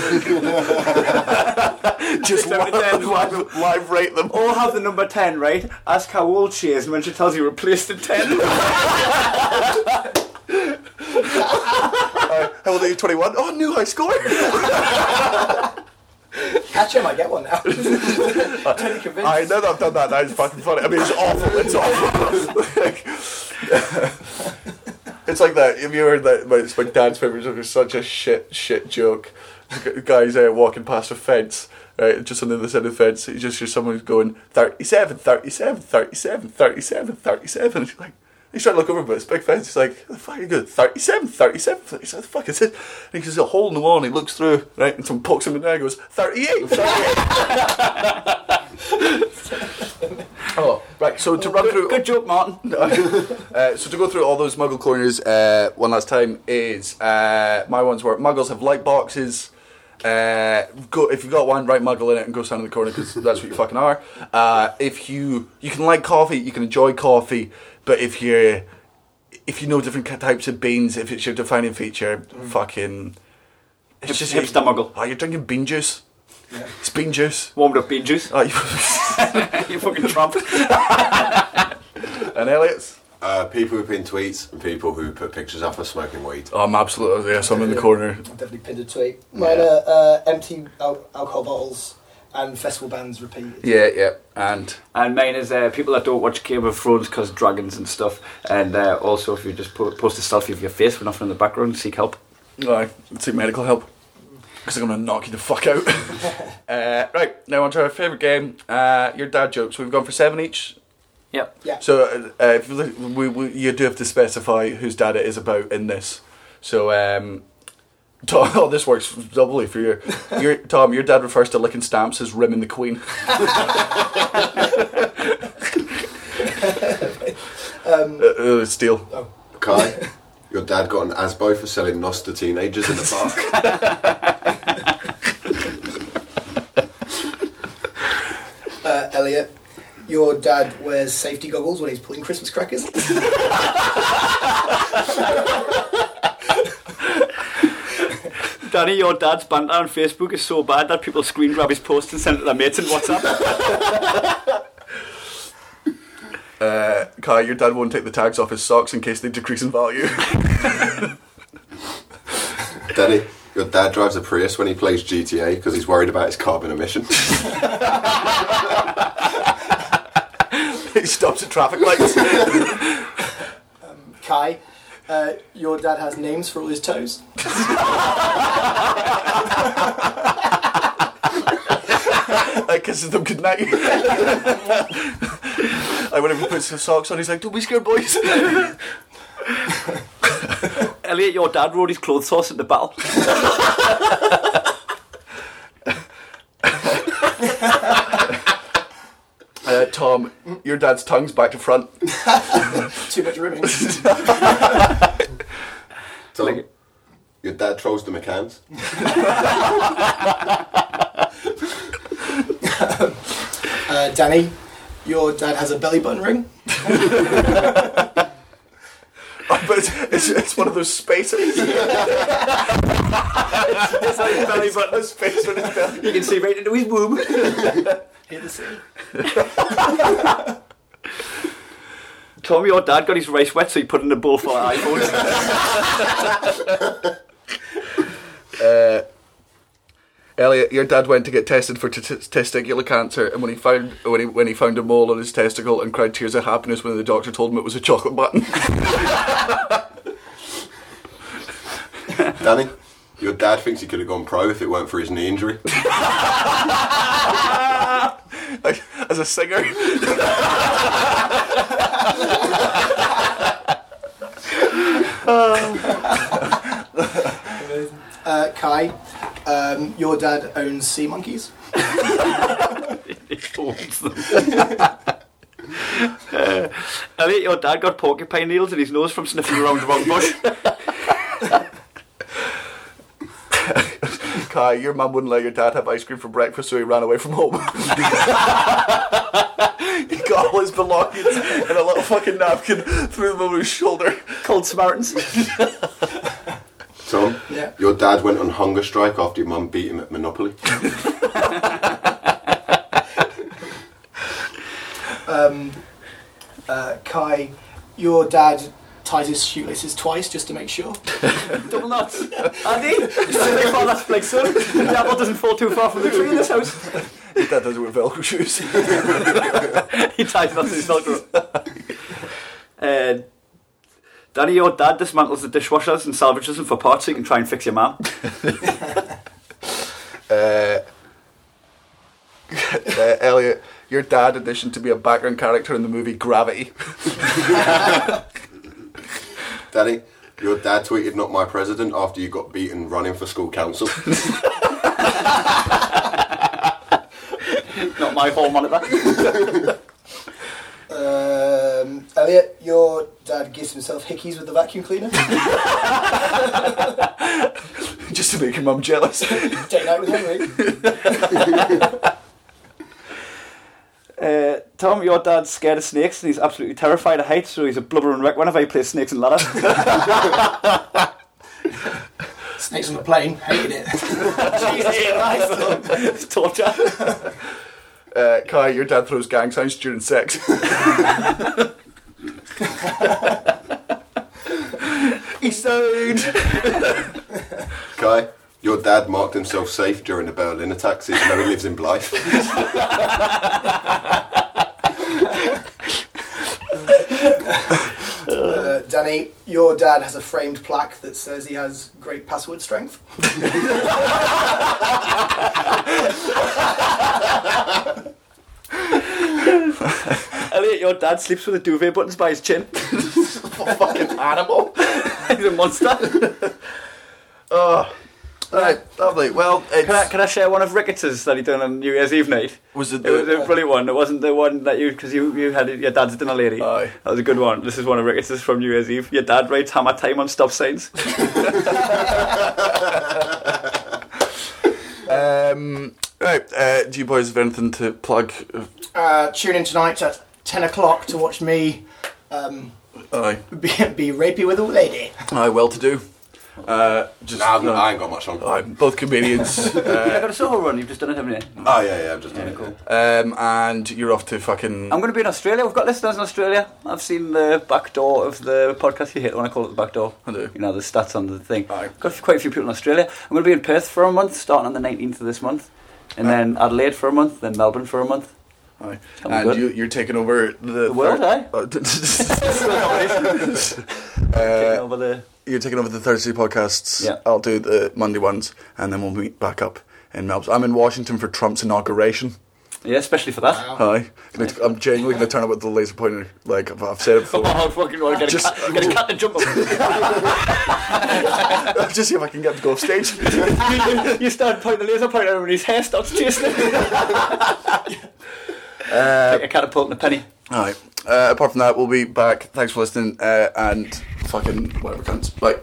Speaker 4: just live, live, live rate them. Oh,
Speaker 3: Or have the number 10, right? Ask how old she is, and when she tells you, replace the 10.
Speaker 4: How old are you? Twenty one. Oh, new high score.
Speaker 5: Catcher might get one now. totally convinced.
Speaker 4: I know that I've done that. That is fucking funny. I mean, it's awful. It's awful. Like, it's like that. Have you heard that? but It's my dad's favorite joke. It's such a shit, shit joke. The gu- Guy's uh, walking past a fence, right? Just on the other side of the fence. You just hear someone going 37, 37, 37, 37, 37. He's like, he's trying to look over, but it's a big fence. He's like, the fuck are you good? 37, 37, 37. The fuck is it? And he goes, a hole in the wall, and he looks through, right? And someone pokes him in the eye and goes, 38, 38. Oh, right. So to run through,
Speaker 3: Good joke, Martin.
Speaker 4: uh, so to go through all those Muggle corners uh, one last time is uh, my ones were Muggles have light boxes. Uh, go if you got one, write Muggle in it and go stand in the corner because that's what you fucking are. Uh, if you you can like coffee, you can enjoy coffee, but if you're if you know different ki- types of beans, if it's your defining feature, fucking it's
Speaker 3: Mm. Hipster Muggle.
Speaker 4: Oh, you're drinking bean juice. It's bean juice.
Speaker 3: Warmed up bean juice.
Speaker 4: Oh, you-
Speaker 3: you fucking tramp.
Speaker 4: and Elliot's.
Speaker 6: Uh, people who pin tweets and people who put pictures up of smoking weed.
Speaker 4: Oh, I'm absolutely yes. I'm in the corner.
Speaker 5: I've definitely pinned a tweet. Mine are uh, empty al- alcohol bottles and festival bands repeated.
Speaker 4: Yeah, yeah, and
Speaker 3: And mine is uh, people that don't watch Game of Thrones because dragons and stuff. And uh, also, if you just po- post a selfie of your face with nothing in the background, seek help.
Speaker 4: I seek medical help because I'm gonna knock you the fuck out. uh, right now, on to our favorite game. Uh, your dad jokes. We've gone for seven each.
Speaker 3: Yep.
Speaker 5: Yeah.
Speaker 4: So uh, if you, look, we, we, you do have to specify whose dad it is about in this. So um, Tom, oh, this works doubly for you. Your, Tom, your dad refers to licking stamps as rimming the queen. um, uh, uh, steel.
Speaker 6: Kai, your dad got an ASBO for selling NOS to teenagers in the park.
Speaker 5: Uh, Elliot, your dad wears safety goggles when he's pulling Christmas crackers.
Speaker 3: Danny, your dad's banter on Facebook is so bad that people screen grab his post and send it to their mates in WhatsApp.
Speaker 4: Uh, Kai, your dad won't take the tags off his socks in case they decrease in value.
Speaker 6: Danny, your dad drives a Prius when he plays GTA because he's worried about his carbon emissions.
Speaker 4: he stops at traffic lights. Uh,
Speaker 5: Kai, uh, your dad has names for all his toes.
Speaker 4: I kisses them goodnight. I whenever he puts his socks on, he's like, "Don't be scared, boys."
Speaker 3: Elliot, your dad rode his clothes horse in the battle.
Speaker 4: Uh, Tom, your dad's tongue's back to front.
Speaker 5: Too much ribbing.
Speaker 6: Tom, your dad trolls the McCanns.
Speaker 5: Uh, Danny, your dad has a belly button ring.
Speaker 4: but it's, it's, it's one of those spaces.
Speaker 3: It's like his belly button.
Speaker 4: a space on his belly.
Speaker 3: You can see right into his womb.
Speaker 5: Hear the sea.
Speaker 3: Tommy, your dad got his rice wet, so he put it in a bowl for our iPhones.
Speaker 4: Elliot, your dad went to get tested for t- t- testicular cancer, and when he found when he when he found a mole on his testicle and cried tears of happiness when the doctor told him it was a chocolate button.
Speaker 6: Danny, your dad thinks he could have gone pro if it weren't for his knee injury.
Speaker 4: like, as a singer.
Speaker 5: Uh, Kai, um, your dad owns sea monkeys.
Speaker 3: Uh, Elliot, your dad got porcupine needles in his nose from sniffing around the wrong bush.
Speaker 4: Kai, your mum wouldn't let your dad have ice cream for breakfast, so he ran away from home. he got all his belongings and a little fucking napkin threw them over his shoulder.
Speaker 3: Cold Samaritans.
Speaker 6: Tom,
Speaker 5: Yeah.
Speaker 6: your dad went on hunger strike after your mum beat him at Monopoly.
Speaker 5: Um, uh, Kai, your dad ties his shoelaces twice just to make sure.
Speaker 3: Double knots. Andy, sitting far left like son. The apple doesn't fall too far from the tree in this house.
Speaker 4: Your dad doesn't wear Velcro shoes.
Speaker 3: he ties knots in his Velcro. Uh, Danny, your dad dismantles the dishwashers and salvages them for parts so you can try and fix your mum.
Speaker 4: Uh, uh, Elliot, your dad auditioned to be a background character in the movie Gravity.
Speaker 6: Danny, your dad tweeted "Not my president" after you got beaten running for school council.
Speaker 3: Not my hall monitor.
Speaker 5: Um, Elliot, your dad gives himself hickeys with the vacuum cleaner.
Speaker 4: Just to make your mum jealous.
Speaker 5: Day night with Henry.
Speaker 3: Uh, Tom, your dad's scared of snakes and he's absolutely terrified of heights, so he's a blubbering wreck whenever he plays snakes and ladders.
Speaker 5: Snakes on the plane, hated it. Jesus Christ.
Speaker 4: Torture. uh, Kai, your dad throws gang signs during sex. He's stoned.
Speaker 6: Kai, your dad marked himself safe during the Berlin attacks, even though he lives in Blyth.
Speaker 5: Uh, Danny, your dad has a framed plaque that says he has great password strength.
Speaker 3: Elliot, your dad sleeps with the duvet buttons by his chin.
Speaker 4: fucking animal.
Speaker 3: He's a monster.
Speaker 4: Right, lovely. Well, it's,
Speaker 3: Can I, can I share one of Ricketts's that he done on New Year's Eve night?
Speaker 4: was it
Speaker 3: It was
Speaker 4: the,
Speaker 3: a brilliant one. It wasn't the uh, one that you because you, you had your dad's dinner lady.
Speaker 4: Aye.
Speaker 3: That was a good one. This is one of Ricketts's from New Year's Eve. Your dad writes hammer time on stop signs.
Speaker 4: um, right? Uh, do you boys have anything to plug?
Speaker 5: Uh, tune in tonight at 10 o'clock to watch me um,
Speaker 4: Aye,
Speaker 5: be, be rapey with a lady.
Speaker 4: aye, well to do. Uh, just
Speaker 6: Nah, I've-
Speaker 4: no.
Speaker 6: I ain't got much on.
Speaker 4: Aye, both comedians.
Speaker 3: I
Speaker 4: uh,
Speaker 3: got a solo run. You've just done it, haven't you?
Speaker 6: Oh yeah, yeah, I've just done it.
Speaker 4: um, and you're off to fucking.
Speaker 3: I'm going to be in Australia. We've got listeners in Australia. I've seen the back door of the podcast. You hate it when I call it the back door.
Speaker 4: I do.
Speaker 3: You know the stats on the thing.
Speaker 4: Aye.
Speaker 3: Got quite a few people in Australia. I'm going to be in Perth for a month, starting on the 19th of this month, and then Adelaide for a month, then Melbourne for a month.
Speaker 4: Aye.
Speaker 3: That'll be
Speaker 4: And
Speaker 3: good.
Speaker 4: you, you're taking over the,
Speaker 3: The world, aye. Taking
Speaker 4: Uh,
Speaker 3: over the
Speaker 4: you're taking over the Thursday podcasts.
Speaker 3: Yeah.
Speaker 4: I'll do the Monday ones, and then we'll meet back up in Melbourne. I'm in Washington for Trump's inauguration.
Speaker 3: yeah, especially for that.
Speaker 4: Hi. I'm genuinely going to turn up with the laser pointer. Like I've, I've said it before.
Speaker 3: Oh, I fucking want to get a
Speaker 4: Just-
Speaker 3: cat, get a cat to jump up.
Speaker 4: Just see if I can get to go off stage.
Speaker 3: you, you start pointing the laser pointer and his hair starts chasing him. like a catapult and a penny.
Speaker 4: All right. Uh, apart from that, we'll be back. Thanks for listening. Uh, and fucking whatever comes. Bye.